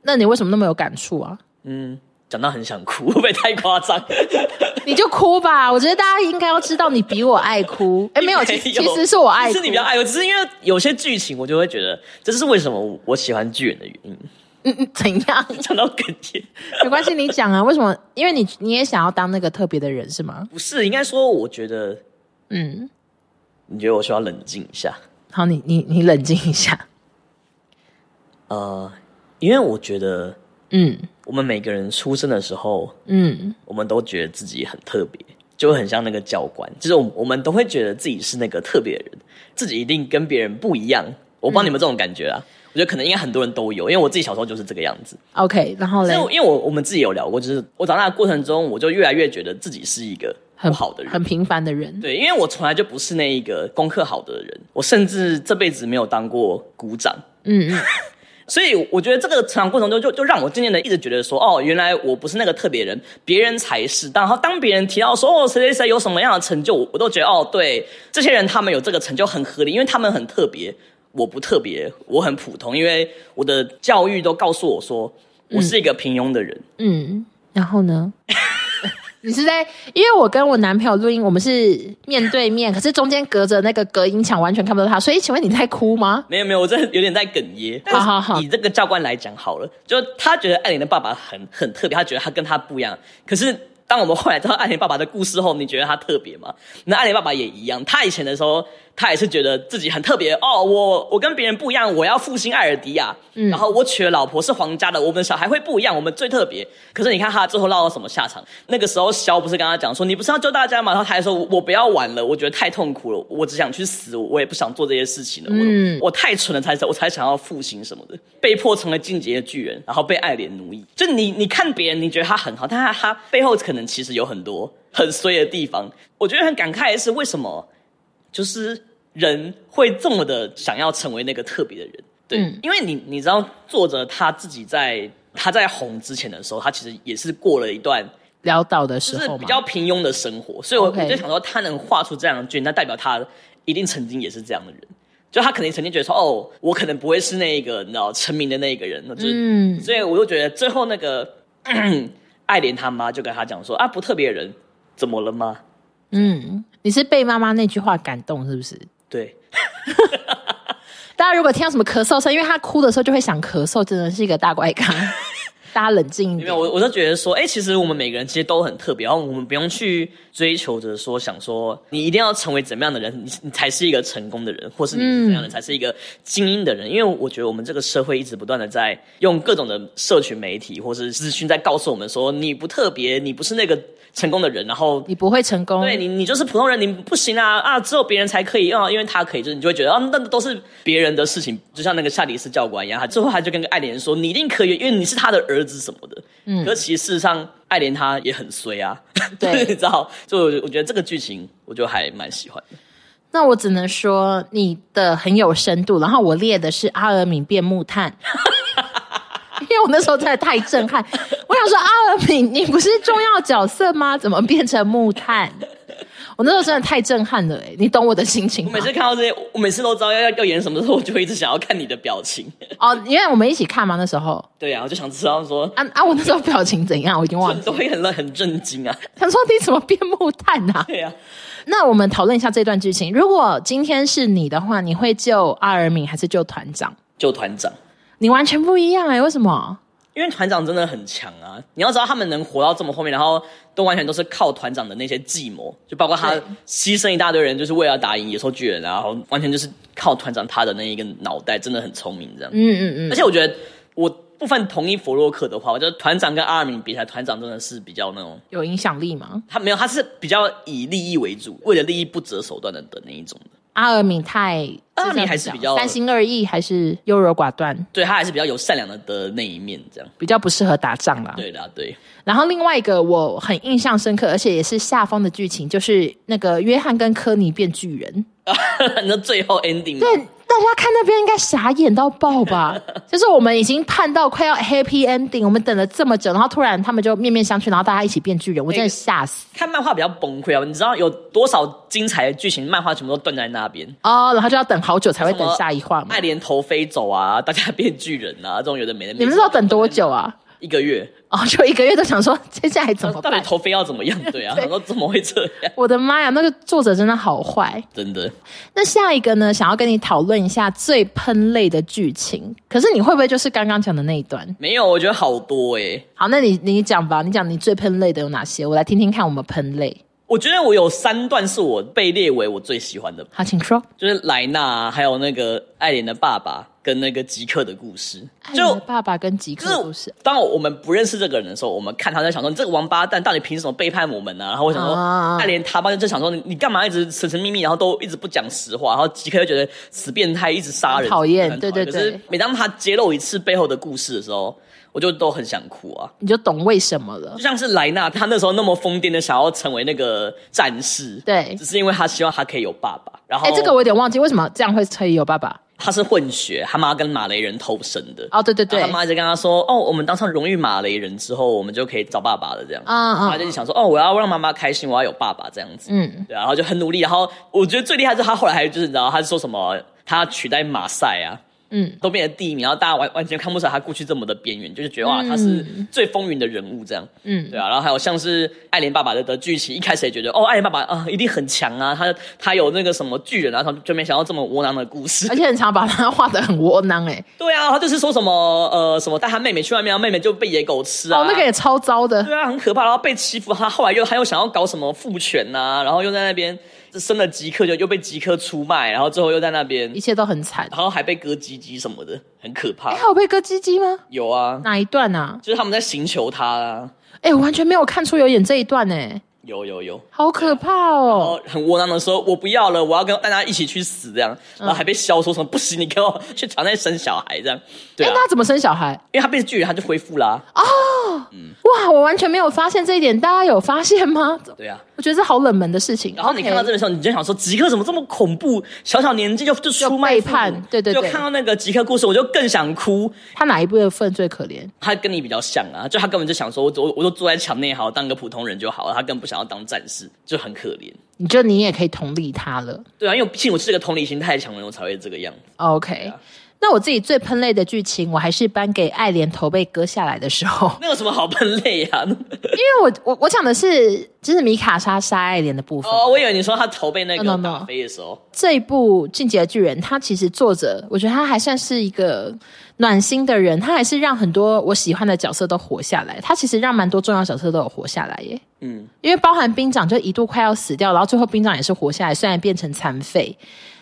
Speaker 1: 那你为什么那么有感触啊？
Speaker 2: 嗯，讲到很想哭，会不 (laughs) 会太夸张？
Speaker 1: 你就哭吧，我觉得大家应该要知道你比我爱哭。哎，没有，其实
Speaker 2: 没有
Speaker 1: 其实是我爱哭。
Speaker 2: 其实你比较爱我，只是因为有些剧情我就会觉得，这是为什么我喜欢巨人的原因。 (laughs)
Speaker 1: 嗯嗯，怎样？
Speaker 2: 讲到哽咽，
Speaker 1: 没关系，你讲啊。为什么？因为你你也想要当那个特别的人是吗？
Speaker 2: 不是应该说，我觉得
Speaker 1: 嗯，
Speaker 2: 你觉得我需要冷静一下。
Speaker 1: 好，你你你冷静一下。
Speaker 2: 呃，因为我觉得
Speaker 1: 嗯
Speaker 2: 我们每个人出生的时候，
Speaker 1: 嗯
Speaker 2: 我们都觉得自己很特别，就很像那个教官，就是我们我们都会觉得自己是那个特别的人，自己一定跟别人不一样。
Speaker 1: 嗯
Speaker 2: 我不知道你们这种感觉啊，我觉得可能应该很多人都有，因为我自己小时候就是这个样子。
Speaker 1: ，OK，然后
Speaker 2: 因
Speaker 1: 嘞
Speaker 2: 为，我因为我我们自己有聊过，就是我长大的过程中，我就越来越觉得自己是一个不好的人，
Speaker 1: 很平凡的人。
Speaker 2: 对，因为我从来就不是那一个功课好的人，我甚至这辈子没有当过鼓掌。
Speaker 1: 嗯嗯
Speaker 2: (laughs) 所以我觉得这个成长过程中就，就让我渐渐的一直觉得说，哦，原来我不是那个特别人，别人才是。然后当别人提到说，哦，谁谁谁有什么样的成就，我我都觉得，哦，对，这些人他们有这个成就很合理，因为他们很特别，我不特别，我很普通，因为我的教育都告诉我说，我是一个平庸的人。
Speaker 1: 嗯，然后呢？ (laughs) 你是在，因为我跟我男朋友录音，我们是面对面，可是中间隔着那个隔音墙，完全看不到他。所以，请问你在哭吗？
Speaker 2: 没有没有，我真的有点在哽咽。但
Speaker 1: 好好好
Speaker 2: 以这个教官来讲好了，就他觉得艾琳的爸爸很很特别，他觉得他跟他不一样。可是当我们后来知道暗恋爸爸的故事后，你觉得他特别吗？那暗恋爸爸也一样，他以前的时候，他也是觉得自己很特别哦，我我跟别人不一样，我要复兴艾尔迪亚，
Speaker 1: 嗯
Speaker 2: 然后我娶的老婆是皇家的，我们的小孩会不一样，我们最特别。可是你看他最后落到什么下场？那个时候萧不是跟他讲说，你不是要救大家吗？然后他还说，我不要玩了，我觉得太痛苦了，我只想去死，我也不想做这些事情了，我、
Speaker 1: 嗯
Speaker 2: 我太蠢了才我才想要复兴什么的，被迫成了进阶的巨人，然后被爱莲奴役。就你你看别人，你觉得他很好，但他他背后可能其实有很多很衰的地方。我觉得很感慨的是，为什么就是人会这么的想要成为那个特别的人？对，
Speaker 1: 嗯
Speaker 2: 因为你你知道，作者他自己在他在红之前的时候，他其实也是过了一段
Speaker 1: 潦倒的
Speaker 2: 就
Speaker 1: 时
Speaker 2: 是
Speaker 1: 候
Speaker 2: 比
Speaker 1: 嘛，
Speaker 2: 较平庸的生活，所以我
Speaker 1: OK
Speaker 2: 我就想说，他能画出这样的卷，那代表他一定曾经也是这样的人。就他肯定曾经觉得说，哦，我可能不会是那一个你知道成名的那一个人，就是、
Speaker 1: 嗯
Speaker 2: 所以我就觉得最后那个 (coughs) 爱莲他妈就跟他讲说啊，不特别的人怎么了吗？
Speaker 1: 嗯，你是被妈妈那句话感动是不是？
Speaker 2: 对，
Speaker 1: 大家如果听到什么咳嗽声，因为他哭的时候就会想咳嗽，真的是一个大怪
Speaker 2: (laughs)
Speaker 1: 咖。大家冷静一
Speaker 2: 没
Speaker 1: 点
Speaker 2: 有，我我就觉得说，哎、其实我们每个人其实都很特别，然后我们不用去追求着说，想说你一定要成为怎么样的人，你你才是一个成功的人，或是你是怎样的才是一个精英的人。因为我觉得我们这个社会一直不断的在用各种的社群媒体或是资讯在告诉我们说，你不特别，你不是那个成功的人，然后
Speaker 1: 你不会成功。
Speaker 2: 对你，你就是普通人，你不行啊啊！只有别人才可以啊，因为他可以，就是你就会觉得啊，那都是别人的事情，就像那个夏迪斯教官一样，他最后他就跟爱莲说，你一定可以，因为你是他的儿子什么的。嗯，可是其实事实上，爱莲她也很衰啊，
Speaker 1: 对
Speaker 2: (laughs) 你知道？就我我觉得这个剧情，我就还蛮喜欢的。
Speaker 1: 那我只能说你的很有深度，然后我列的是阿尔敏变木炭。 (laughs) 因为我那时候真的太震撼，我想说阿尔敏，你不是重要角色吗？怎么变成木炭？我那时候真的太震撼了、欸，你懂我的心情
Speaker 2: 我
Speaker 1: 吗
Speaker 2: 每？次看到这些，我每次都知道要要要演什么的时候，我就会一直想要看你的表情。
Speaker 1: 哦，因为我们一起看嘛，那时候
Speaker 2: 对啊，我就想知道说，
Speaker 1: 啊啊，我那时候表情怎样，我已经忘
Speaker 2: 你
Speaker 1: 记。
Speaker 2: 都会很很震惊啊。
Speaker 1: 他说你怎么变木炭啊？
Speaker 2: 对啊，
Speaker 1: 那我们讨论一下这段剧情。如果今天是你的话，你会救阿尔敏还是救团长？
Speaker 2: 就团长。
Speaker 1: 你完全不一样哎、为什么？
Speaker 2: 因为团长真的很强啊！你要知道，他们能活到这么后面，然后都完全都是靠团长的那些计谋，就包括他
Speaker 1: 对
Speaker 2: 牺牲一大堆人，就是为了打赢野兽巨人啊，然后完全就是靠团长他的那一个脑袋，真的很聪明这样。
Speaker 1: 嗯嗯
Speaker 2: 而且我觉得，我部分同意弗洛克的话，我觉得团长跟阿尔敏比起来，团长真的是比较那种
Speaker 1: 有影响力吗？
Speaker 2: 他没有，他是比较以利益为主，为了利益不择手段的的那一种的。
Speaker 1: 阿尔敏太
Speaker 2: 阿尔敏还是比较
Speaker 1: 三心二意，还是优柔寡断，
Speaker 2: 对他还是比较有善良的的那一面，这样
Speaker 1: 比较不适合打仗啦。
Speaker 2: 对啦，对， (laughs)
Speaker 1: 然后另外一个我很印象深刻，而且也是下风的剧情，就是那个约翰跟科尼变巨人。
Speaker 2: 那最后 ending
Speaker 1: 对，
Speaker 2: 嘛
Speaker 1: 大家看那边应该傻眼到爆 (laughs) 吧？就是我们已经盼到快要 happy ending，我们等了这么久，然后突然他们就面面相觑，然后大家一起变巨人，我真的吓死
Speaker 2: 看漫画比较崩溃啊！你知道有多少精彩的剧情，漫画全部都断在那边，
Speaker 1: 哦。然后就要等好久才会等下一话嘛
Speaker 2: 爱。莲头飞走啊， (laughs) 大家变巨人啊，这种有的没的。
Speaker 1: 你们知道等多久
Speaker 2: (laughs)
Speaker 1: 啊？
Speaker 2: 一个月？
Speaker 1: 哦，就一个月都想说接下来怎么
Speaker 2: 到底
Speaker 1: 办？
Speaker 2: 头飞要怎么样？对
Speaker 1: (laughs)
Speaker 2: 啊，
Speaker 1: 对
Speaker 2: 想说怎么会这样？
Speaker 1: 我的妈呀，那个作者真的好坏。
Speaker 2: 真的，
Speaker 1: 那下一个呢？想要跟你讨论一下最喷泪的剧情，可是你会不会就是刚刚讲的那一段？
Speaker 2: 没有，我觉得好多欸诶、
Speaker 1: 好，那你你讲吧，你讲你最喷泪的有哪些？我来听听看，我们喷泪。
Speaker 2: 我觉得我有三段是我被列为我最喜欢的，
Speaker 1: 好，请说。
Speaker 2: 就是莱纳啊、还有那个爱莲的爸爸跟那个吉克的故事。
Speaker 1: 爱
Speaker 2: 就
Speaker 1: 你的爸爸跟吉
Speaker 2: 就是
Speaker 1: 克故事，
Speaker 2: 当我们不认识这个人的时候，我们看他在想说，你这个王八蛋到底凭什么背叛我们呢、然后我想说，
Speaker 1: 啊
Speaker 2: 爱莲他妈就想说，你你干嘛一直神神秘秘，然后都一直不讲实话，然后吉克就觉得死变态，一直杀人，
Speaker 1: 很讨厌
Speaker 2: 很
Speaker 1: 对对
Speaker 2: 可是
Speaker 1: 对
Speaker 2: 每当他揭露一次背后的故事的时候，我就都很想哭啊。
Speaker 1: 你就懂为什么了
Speaker 2: 就。像是莱纳，他那时候那么疯癫的想要成为那个战士，
Speaker 1: 对
Speaker 2: 只是因为他希望他可以有爸爸。然后，
Speaker 1: 哎，这个我有点忘记，为什么这样会推有爸爸？
Speaker 2: 他是混血，他妈跟马雷人偷生的。
Speaker 1: 哦，对对对
Speaker 2: 然后他，妈一直跟他说：“哦，我们当上荣誉马雷人之后，我们就可以找爸爸了。”这样，
Speaker 1: 嗯嗯
Speaker 2: 他就想说：“哦，我要让妈妈开心，我要有爸爸。”这样子，
Speaker 1: 嗯，
Speaker 2: 对啊，然后就很努力。然后我觉得最厉害是他后来还就是，然后他说什么，他取代马赛啊，
Speaker 1: 嗯，
Speaker 2: 都变成第一名，然后大家完完全看不出来他过去这么的边缘，就是觉得哇，他是最风云的人物这样。
Speaker 1: 嗯
Speaker 2: 对啊。然后还有像是爱莲爸爸的的剧情，一开始也觉得哦，爱莲爸爸啊、一定很强啊，他他有那个什么巨人啊，他就没想到这么窝囊的故事
Speaker 1: 而。且很常把他画的很窝囊哎、
Speaker 2: 对啊，他就是说什么呃什么带他妹妹去外面，然后妹妹就被野狗吃啊。
Speaker 1: 哦，那个也超糟的，
Speaker 2: 对啊，很可怕。然后被欺负，他后来又他又想要搞什么父权呐、然后又在那边生了极客，就又被极客出卖，然后最后又在那边，
Speaker 1: 一切都很惨。
Speaker 2: 然后还被割鸡鸡什么的，很可怕
Speaker 1: 哎、。还有被割鸡鸡吗？
Speaker 2: 有啊，
Speaker 1: 哪一段啊？
Speaker 2: 就是他们在刑求他啊，
Speaker 1: 哎、我完全没有看出有演这一段哎、
Speaker 2: 有有有。
Speaker 1: 好可怕
Speaker 2: 然
Speaker 1: 哦！
Speaker 2: 后很窝囊的说：“我不要了，我要跟大家一起去死。”这样，
Speaker 1: 嗯
Speaker 2: 然后还被削说什么“不行，你给我去场内生小孩。”这样，对
Speaker 1: 哎、
Speaker 2: 啊，
Speaker 1: 那他哦怎么生小孩？
Speaker 2: 因为他变成巨人，他就恢复啦、
Speaker 1: 哇，我完全没有发现这一点，大家有发现吗？
Speaker 2: 对啊，
Speaker 1: 我觉得这好冷门的事情。
Speaker 2: 然后你看到这
Speaker 1: OK
Speaker 2: 个时候，你就想说，吉克怎么这么恐怖？小小年纪就就出卖
Speaker 1: 就背
Speaker 2: 父母
Speaker 1: 叛对对
Speaker 2: 就
Speaker 1: 对
Speaker 2: 看到那个吉克故事，我就更想哭。
Speaker 1: 他哪一部分最可怜？
Speaker 2: 他跟你比较像啊，就他根本就想说，我我我就坐在墙内好，当个普通人就好了。他根本不想要当战士，就很可怜。
Speaker 1: 你觉得你也可以同理他了
Speaker 2: 对啊，因为毕竟我是个同理心太强的人，我才会这个样子。
Speaker 1: ？OK，、那我
Speaker 2: 啊
Speaker 1: 自己最喷泪的剧情，我还是颁给爱莲头被割下来的时候。 (laughs)
Speaker 2: 那有什么好啊喷泪呀、
Speaker 1: 因为我我我讲的是就是米卡莎杀爱莲的部分。
Speaker 2: (laughs) 哦，我以为你说他头被那个
Speaker 1: No, no, no
Speaker 2: 打飞的时候，
Speaker 1: 这一部《进击的巨人》，他其实作者，我觉得他还算是一个暖心的人，他还是让很多我喜欢的角色都活下来。他其实让蛮多重要角色都有活下来耶。
Speaker 2: 嗯，
Speaker 1: 因为包含兵长就一度快要死掉，然后最后兵长也是活下来，虽然变成残废。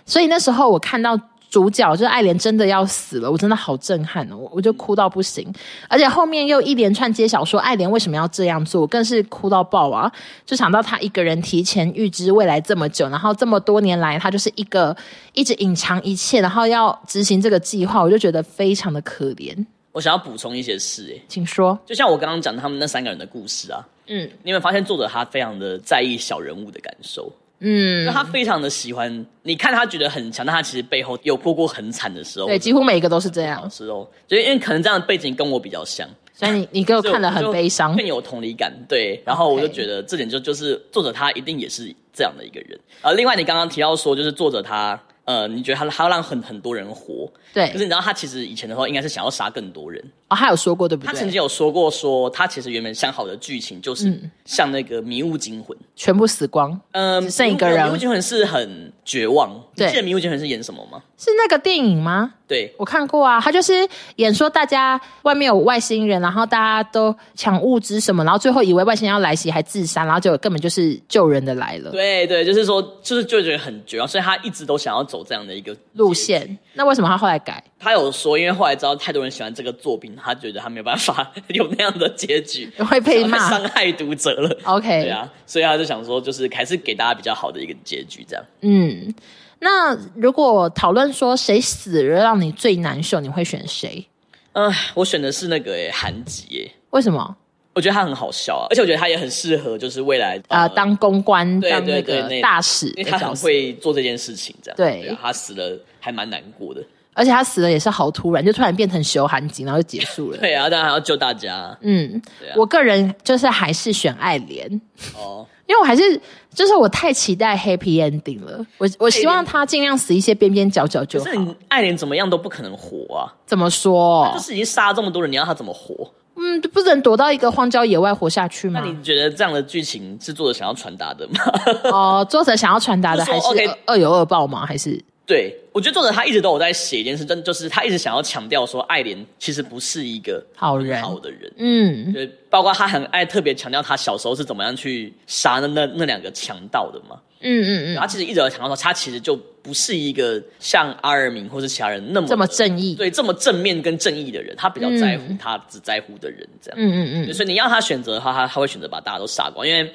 Speaker 1: 所以那时候我看到主角就是爱莲真的要死了，我真的好震撼哦，我我就哭到不行。而且后面又一连串揭晓说爱莲为什么要这样做，我更是哭到爆啊！就想到她一个人提前预知未来这么久，然后这么多年来她就是一个一直隐藏一切，然后要执行这个计划，我就觉得非常的可怜。
Speaker 2: 我想要补充一些事、欸，
Speaker 1: 请说，
Speaker 2: 就像我刚刚讲他们那三个人的故事啊，
Speaker 1: 嗯
Speaker 2: 你有没有发现作者他非常的在意小人物的感受？因为
Speaker 1: 嗯，
Speaker 2: 他非常的喜欢，你看他觉得很强，但他其实背后有过过很惨的时候，
Speaker 1: 对，几乎每一个都是这样，
Speaker 2: 时候，就是因为可能这样的背景跟我比较像，
Speaker 1: 所以你你给我
Speaker 2: 所以
Speaker 1: 看了很
Speaker 2: 就
Speaker 1: 悲伤
Speaker 2: 更。有同理感。对，然后
Speaker 1: OK
Speaker 2: 我就觉得这点就就是作者他一定也是这样的一个人。呃，另外你刚刚提到说，就是作者他呃，你觉得他他让很很多人活，
Speaker 1: 对
Speaker 2: 可是，你知道他其实以前的话应该是想要杀更多人。
Speaker 1: 哦，他有说过对不
Speaker 2: 他曾
Speaker 1: 对？
Speaker 2: 经有说过说，他其实原本想好的剧情就是像那个《迷雾惊魂》。
Speaker 1: 全部死光，
Speaker 2: 嗯，
Speaker 1: 嗯只剩一个人
Speaker 2: 迷雾惊魂是很绝望。你
Speaker 1: 对
Speaker 2: 记得迷雾惊魂是演什么吗？
Speaker 1: 是那个电影吗？
Speaker 2: 对，
Speaker 1: 我看过啊，他就是演说大家外面有外星人，然后大家都抢物资什么，然后最后以为外星人要来袭还自杀，然后结果根本就是救人的来了
Speaker 2: 对对，就是说，就是就觉得很绝望，所以他一直都想要走这样的一个
Speaker 1: 路
Speaker 2: 结局。
Speaker 1: 线。那为什么他后来改？
Speaker 2: 他有说，因为后来知道太多人喜欢这个作品，他觉得他没有办法 (laughs) 有那样的结局，
Speaker 1: 会被骂
Speaker 2: (laughs) 伤害读者了。
Speaker 1: (laughs) OK
Speaker 2: 对啊，所以他就想说，就是还是给大家比较好的一个结局，这样。
Speaker 1: 嗯，那如果讨论说谁死了让你最难受，你会选谁？
Speaker 2: 嗯、我选的是那个诶，韩吉诶，
Speaker 1: 为什么？
Speaker 2: 我觉得他很好笑啊，而且我觉得他也很适合，就是未来
Speaker 1: 呃，当公关、
Speaker 2: 对
Speaker 1: 当那
Speaker 2: 对对
Speaker 1: 个
Speaker 2: 那
Speaker 1: 大使
Speaker 2: 因
Speaker 1: 的
Speaker 2: 为他
Speaker 1: 角
Speaker 2: 很
Speaker 1: 色，
Speaker 2: 会做这件事情，这样。
Speaker 1: 对
Speaker 2: 啊他死了还蛮难过的。
Speaker 1: 而且他死了也是好突然，就突然变成修寒景，然后就结束了。
Speaker 2: (laughs) 对啊，但还要救大家
Speaker 1: 嗯
Speaker 2: 对啊，
Speaker 1: 我个人就是还是选爱莲。
Speaker 2: 哦。
Speaker 1: 因为我还是就是我太期待 happy ending 了，我我希望他尽量死一些边边角角就
Speaker 2: 可
Speaker 1: 好
Speaker 2: 是。你爱莲怎么样都不可能活啊！
Speaker 1: 怎么说
Speaker 2: 就？是已经杀了这么多人，你让他怎么活？
Speaker 1: 嗯，不能躲到一个荒郊野外活下去
Speaker 2: 那
Speaker 1: 吗？
Speaker 2: 你觉得这样的剧情是作者想要传达的吗？ (laughs)
Speaker 1: 哦，作者想要传达的还是
Speaker 2: 就说 OK
Speaker 1: 恶恶有恶报吗？还是
Speaker 2: 对，我觉得作者他一直都有在写一件事，真就是他一直想要强调说，爱莲其实不是一个
Speaker 1: 好人？
Speaker 2: 好的人。
Speaker 1: 嗯，
Speaker 2: 对，包括他很爱特别强调他小时候是怎么样去杀那那那两个强盗的嘛。
Speaker 1: 嗯嗯嗯，
Speaker 2: 他其实一直有强调说，他其实就不是一个像阿尔敏或是其他人那么
Speaker 1: 这么
Speaker 2: 的
Speaker 1: 正义。
Speaker 2: 对这么正面跟正义的人，他比较在乎他只在乎的人这样。
Speaker 1: 嗯嗯嗯，
Speaker 2: 所以你让他选择的话，他他会选择把大家都杀光，因为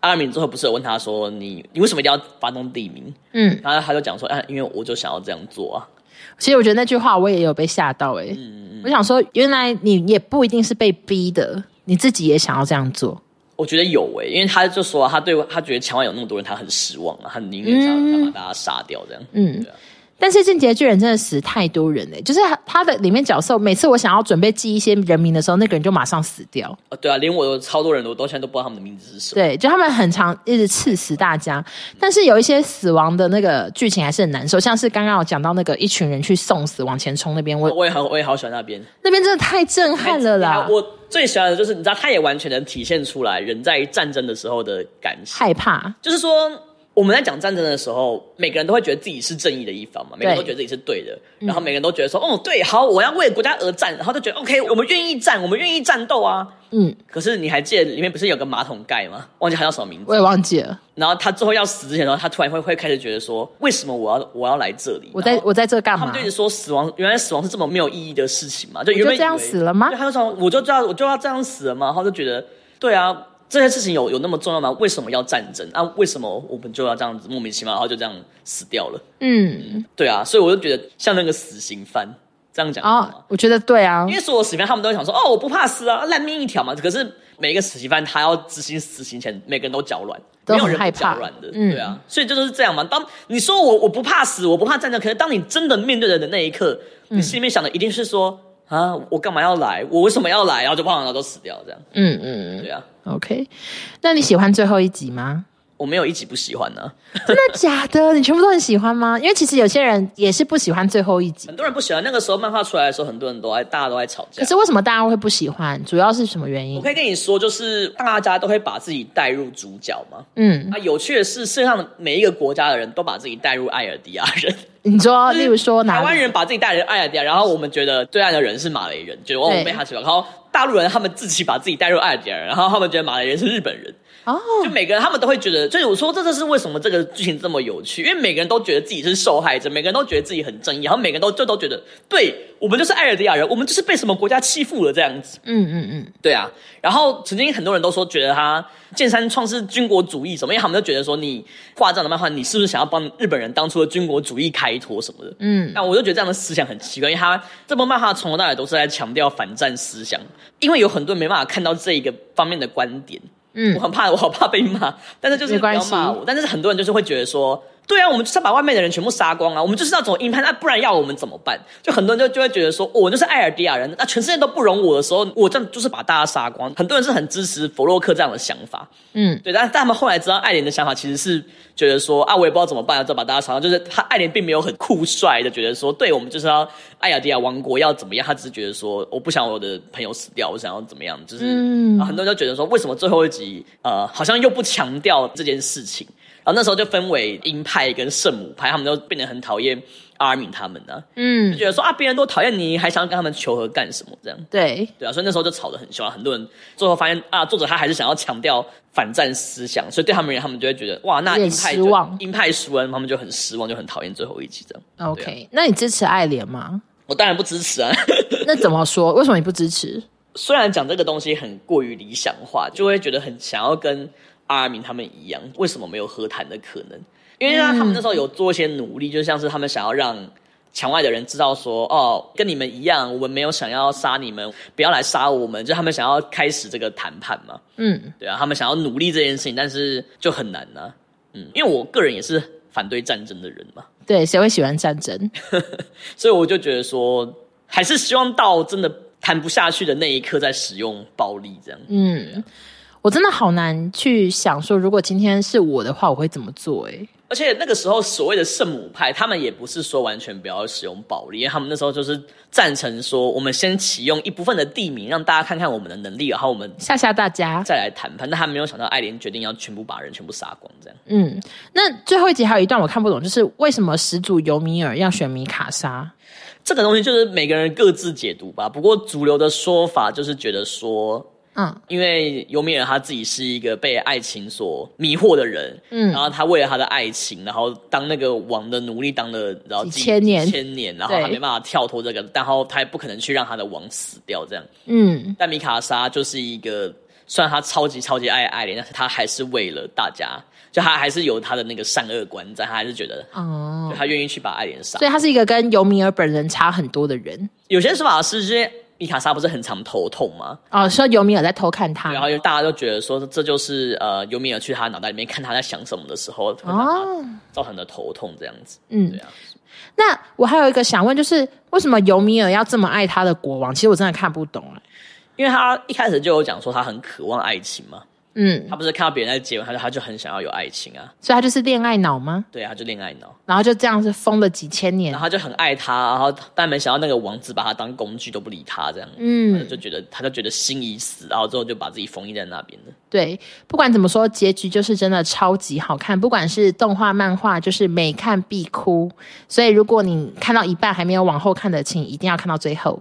Speaker 2: 阿尔敏最后不是有问他说你你为什么一定要发动地名？
Speaker 1: 嗯，
Speaker 2: 然后他就讲说啊，因为我就想要这样做啊。
Speaker 1: 其实我觉得那句话我也有被吓到诶、
Speaker 2: 嗯
Speaker 1: 我想说，原来你也不一定是被逼的，你自己也想要这样做。
Speaker 2: 我觉得有诶、因为他就说啊他对他觉得墙外有那么多人，他很失望啊，他宁愿想要想把大家杀掉这样。
Speaker 1: 嗯
Speaker 2: 对啊，
Speaker 1: 但是《进击的巨人》真的死太多人了、欸就是他的里面角色，每次我想要准备记一些人名的时候，那个人就马上死掉。
Speaker 2: 哦对啊，连我有超多人，我到现在都不知道他们的名字是什么。
Speaker 1: 对，就他们很常一直刺死大家，但是有一些死亡的那个剧情还是很难受，像是刚刚我讲到那个一群人去送死往前冲那边，我
Speaker 2: 我也很我也好喜欢那边，哎
Speaker 1: 那边真的太震撼了啦，
Speaker 2: 我最喜欢的就是你知道，他也完全能体现出来人在战争的时候的感想。
Speaker 1: 害怕，
Speaker 2: 就是说，我们在讲战争的时候，每个人都会觉得自己是正义的一方嘛，每个人都觉得自己是对的，
Speaker 1: 嗯
Speaker 2: 然后每个人都觉得说，哦，对，好，我要为国家而战，然后就觉得 OK，我们愿意战，我们愿意战斗啊。
Speaker 1: 嗯，
Speaker 2: 可是你还记得里面不是有个马桶盖吗？忘记他叫什么名字。
Speaker 1: 我也忘记了，
Speaker 2: 然后他最后要死之前，然后他突然会会开始觉得说，为什么我要我要来这里？
Speaker 1: 我在
Speaker 2: 然后
Speaker 1: 我在这干
Speaker 2: 他
Speaker 1: 嘛
Speaker 2: 们就？一直说死亡，原来死亡是这么没有意义的事情嘛？就原
Speaker 1: 就
Speaker 2: 本以
Speaker 1: 这样
Speaker 2: 为
Speaker 1: 死了吗
Speaker 2: 对，他就说我就这样，我就要这样死了嘛。然后就觉得，对啊，这件事情有有那么重要吗？为什么要战争啊？为什么我们就要这样子莫名其妙，然后就这样死掉了？
Speaker 1: 嗯，
Speaker 2: 对啊，所以我就觉得像那个死刑犯这样讲好吗
Speaker 1: 哦，我觉得对啊
Speaker 2: 因，为所有死刑犯他们都会想说，哦，我不怕死啊，烂命一条嘛。可是每一个死刑犯他要执行死刑前，每个人都脚软，
Speaker 1: 都
Speaker 2: 没有
Speaker 1: 很
Speaker 2: 人
Speaker 1: 害
Speaker 2: 不脚
Speaker 1: 怕
Speaker 2: 软的，
Speaker 1: 嗯
Speaker 2: 对啊。所以这就是这样嘛。当你说我我不怕死，我不怕战争，可是当你真的面对人的那一刻，
Speaker 1: 嗯
Speaker 2: 你心里面想的一定是说。啊！我干嘛要来？我为什么要来？然后就砰，然后都死掉，这样
Speaker 1: 嗯嗯
Speaker 2: 对啊。
Speaker 1: 嗯，OK，那你喜欢最后一集吗？
Speaker 2: 我没有一集不喜欢呢、啊
Speaker 1: 真的假的？你全部都很喜欢吗？因为其实有些人也是不喜欢最后一集，
Speaker 2: 很多人不喜欢。那个时候漫画出来的时候，很多人都爱，大家都爱吵架
Speaker 1: 可。是为什么大家会不喜欢？主要是什么原
Speaker 2: 我
Speaker 1: 因？
Speaker 2: 可以跟你说，就是大家都会把自己带入主角嘛。
Speaker 1: 嗯，
Speaker 2: 啊，有趣的是，世界上每一个国家的人都把自己带入艾尔迪亚人，
Speaker 1: 你说，例如说哪
Speaker 2: 台
Speaker 1: 里
Speaker 2: 湾人把自己带入艾尔迪亚，然后我们觉得对岸的人是马来人，觉得哦
Speaker 1: 对
Speaker 2: 我被他欺负，然后大陆人他们自己把自己带入艾尔迪亚人，然后他们觉得马来人是日本
Speaker 1: (laughs)
Speaker 2: 人，
Speaker 1: 哦，
Speaker 2: 就每个人他们都会觉得，所以我说这就是为什么这个剧情这么有趣，因为每个人都觉得自己是受害者，每个人都觉得自己很正义，然后每个人都就都觉得对我们就是艾尔迪亚人，我们就是被什么国家欺负了这样子。
Speaker 1: 嗯嗯嗯，
Speaker 2: 对啊，然后曾经很多人都说，觉得他剑三创是军国主义什么，因为他们就觉得说，你画这样的漫画，你是不是想要帮日本人当初的军国主义开脱什么的？
Speaker 1: 嗯
Speaker 2: 那我就觉得这样的思想很奇怪，因为他这部漫画从头到尾都是在强调反战思想，因为有很多人没办法看到这一个方面的观点。我
Speaker 1: 嗯，
Speaker 2: 很怕，我好怕被骂，但是就是
Speaker 1: 没
Speaker 2: 不
Speaker 1: 关
Speaker 2: 要骂
Speaker 1: 系
Speaker 2: 我。但是很多人就是会觉得说，对啊，我们就是要把外面的人全部杀光啊，我们就是要走硬派，那不然要我们怎么办？就很多人就就会觉得说，哦我就是艾尔迪亚人，那全世界都不容我的时候，我这样就是把大家杀光。很多人是很支持弗洛克这样的想法，
Speaker 1: 嗯，
Speaker 2: 对，但但他们后来知道艾莲的想法其实是觉得说啊，我也不知道怎么办，就把大家杀光。就是他艾莲并没有很酷帅的觉得说，对我们就是要艾尔迪亚王国要怎么样，他只是觉得说我不想我的朋友死掉，我想要怎么样，就是、
Speaker 1: 嗯
Speaker 2: 啊很多人就觉得说，为什么最后一集呃好像又不强调这件事情？然后那时候就分为鹰派跟圣母派，他们都变得很讨厌阿尔敏他们呢、就
Speaker 1: 嗯，
Speaker 2: 觉得说啊，别人都讨厌你，还想要跟他们求和干什么这样？
Speaker 1: 对，
Speaker 2: 对啊，所以那时候就吵得很凶啊，很多人最后发现啊，作者他还是想要强调反战思想，所以对他们而言，他们就会觉得哇，那
Speaker 1: 有点
Speaker 2: 鹰派
Speaker 1: 失望
Speaker 2: 就鹰派输了，他们就很失望，就很讨厌最后一集这样。
Speaker 1: OK，、那你支持爱莲吗？ (laughs)
Speaker 2: 我当然不支持啊， (laughs)
Speaker 1: 那怎么说？为什么你不支持？
Speaker 2: 虽然讲这个东西很过于理想化，就会觉得很想要跟阿明他们一样，为什么没有和谈的可能？因为
Speaker 1: 嗯
Speaker 2: 呢，他们那时候有做一些努力，就像是他们想要让墙外的人知道说，哦，跟你们一样，我们没有想要杀你们，不要来杀我们，就他们想要开始这个谈判嘛。
Speaker 1: 嗯，
Speaker 2: 对啊，他们想要努力这件事情，但是就很难呐、嗯，因为我个人也是反对战争的人嘛，
Speaker 1: 对，谁会喜欢战争？
Speaker 2: 所以我就觉得说，还是希望到真的谈不下去的那一刻再使用暴力这样。
Speaker 1: 嗯，我真的好难去想说，如果今天是我的话，我会怎么做、欸？哎，
Speaker 2: 而且那个时候所谓的圣母派，他们也不是说完全不要使用暴力，因为他们那时候就是赞成说，我们先启用一部分的地名，让大家看看我们的能力，然后我们
Speaker 1: 吓吓大家。
Speaker 2: 再来谈判。但他没有想到，艾琳决定要全部把人全部杀光这样。
Speaker 1: 嗯，那最后一集还有一段我看不懂，就是为什么始祖尤米尔要选米卡莎？
Speaker 2: 这个东西就是每个人各自解读吧。不过主流的说法就是觉得说，
Speaker 1: 嗯
Speaker 2: 因为尤米尔他自己是一个被爱情所迷惑的人，
Speaker 1: 嗯
Speaker 2: 然后他为了他的爱情，然后当那个王的奴隶当了然后
Speaker 1: 几千年
Speaker 2: 几千年，然后他
Speaker 1: 对
Speaker 2: 没办法跳脱这个，然后他也不可能去让他的王死掉这样。
Speaker 1: 嗯
Speaker 2: 但米卡莎就是一个，虽然他超级超级爱爱莲，但是他还是为了大家，就他还是有他的那个善恶观在，他还是觉得
Speaker 1: 哦，
Speaker 2: 他愿意去把爱莲杀。
Speaker 1: 所以他是一个跟尤米尔本人差很多的人
Speaker 2: 有些说法是，因为米卡莎不是很常头痛吗？
Speaker 1: 哦，说尤米尔在偷看他
Speaker 2: 然后大家都觉得说，这就是呃尤米尔去他脑袋里面看他在想什么的时候，会让他
Speaker 1: 哦，
Speaker 2: 造成的头痛这样子。
Speaker 1: 嗯
Speaker 2: 对。啊，
Speaker 1: 那我还有一个想问，就是为什么尤米尔要这么爱他的国王？其实我真的看不懂哎、
Speaker 2: 因为他一开始就有讲说他很渴望爱情嘛，
Speaker 1: 嗯，
Speaker 2: 他不是看到别人在结婚，他就他就很想要有爱情啊，
Speaker 1: 所以他就是恋爱脑吗？
Speaker 2: 对啊，他就恋爱脑，
Speaker 1: 然后就这样子疯了几千年
Speaker 2: 然。后他就很爱他，然后但没想到那个王子把他当工具都不理他这样，
Speaker 1: 嗯，
Speaker 2: 就觉得他就觉得心已死，然后之后就把自己封印在那边了。
Speaker 1: 对，不管怎么说，结局就是真的超级好看，不管是动画、漫画，就是每看必哭。所以如果你看到一半还没有往后看的，请一定要看到最后。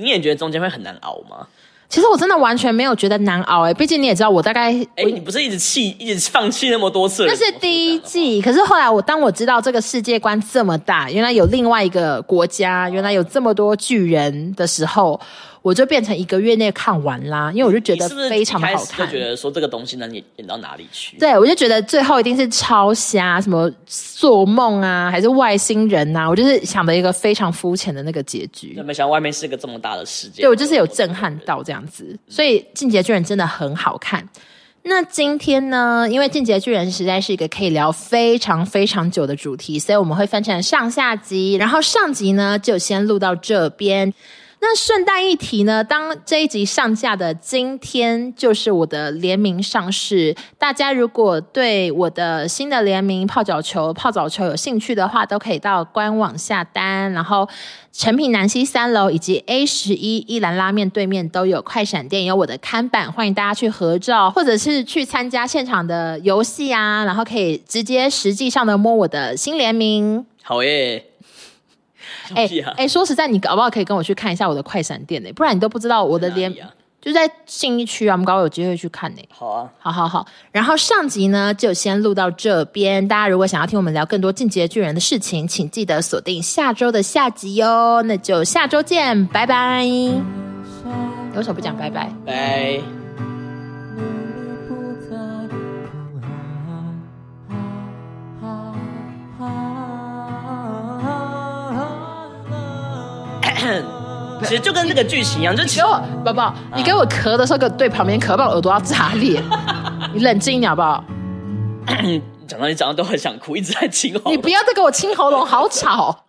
Speaker 2: 你也觉得中间会很难熬吗？
Speaker 1: 其实我真的完全没有觉得难熬哎、毕竟你也知道我大概
Speaker 2: 哎、你不是一直弃一直放弃那么多次了？
Speaker 1: 那是第一季，可是后来我当我知道这个世界观这么大，原来有另外一个国家，原来有这么多巨人的时候，我就变成一个月内看完啦，因为我就觉
Speaker 2: 你
Speaker 1: 得
Speaker 2: 是不是
Speaker 1: 非常的
Speaker 2: 一开
Speaker 1: 好
Speaker 2: 始
Speaker 1: 看。
Speaker 2: 就觉得说这个东西能演演到哪里去？
Speaker 1: 对，我就觉得最后一定是超瞎，什么做梦啊，还是外星人啊呐、我就是想的一个非常肤浅的那个结局
Speaker 2: 就。没想到外面是个这么大的世界。
Speaker 1: 对我就是有震撼到这样子，所以《进击的巨人》真的很好看。那今天呢，因为《进击的巨人》实在是一个可以聊非常非常久的主题，所以我们会分成上下集。然后上集呢，就先录到这边。那顺带一提呢，当这一集上架的今天，就是我的联名上市。大家如果对我的新的联名泡脚球、泡澡球有兴趣的话，都可以到官网下单。然后，成品南西三楼以及 A 十一一兰拉面对面都有快闪店，有我的看板，欢迎大家去合照，或者是去参加现场的游戏啊，然后可以直接实际上的摸我的新联名。
Speaker 2: 好耶！
Speaker 1: (laughs) 哎
Speaker 2: 屁啊
Speaker 1: 哎、说实在，你搞不好可以跟我去看一下我的快闪店呢、不然你都不知道我的
Speaker 2: 在哪
Speaker 1: 联
Speaker 2: 里啊，
Speaker 1: 就在信义区啊，我们搞不好有机会去看呢、
Speaker 2: 好啊，
Speaker 1: 好好好，然后上集呢就先录到这边。大家如果想要听我们聊更多《进击的巨人》的事情，请记得锁定下周的下集哟。那就下周见，拜拜。你为什么不讲拜拜？ (coughs)
Speaker 2: 拜。
Speaker 3: 努力不再哭喊，哈哈哈！
Speaker 2: 其实就跟那个剧情一样，就
Speaker 1: 你
Speaker 2: 其
Speaker 1: 给
Speaker 2: 实
Speaker 1: 我宝
Speaker 2: 啊
Speaker 1: 宝，你给我咳的时候，给我对旁边咳，不然我耳朵要炸
Speaker 2: (laughs)
Speaker 1: 裂。你冷静一点好不好？
Speaker 2: (coughs) 讲到你讲到都很想哭，一直在清喉咙
Speaker 1: 你不要再给我清喉咙，好吵。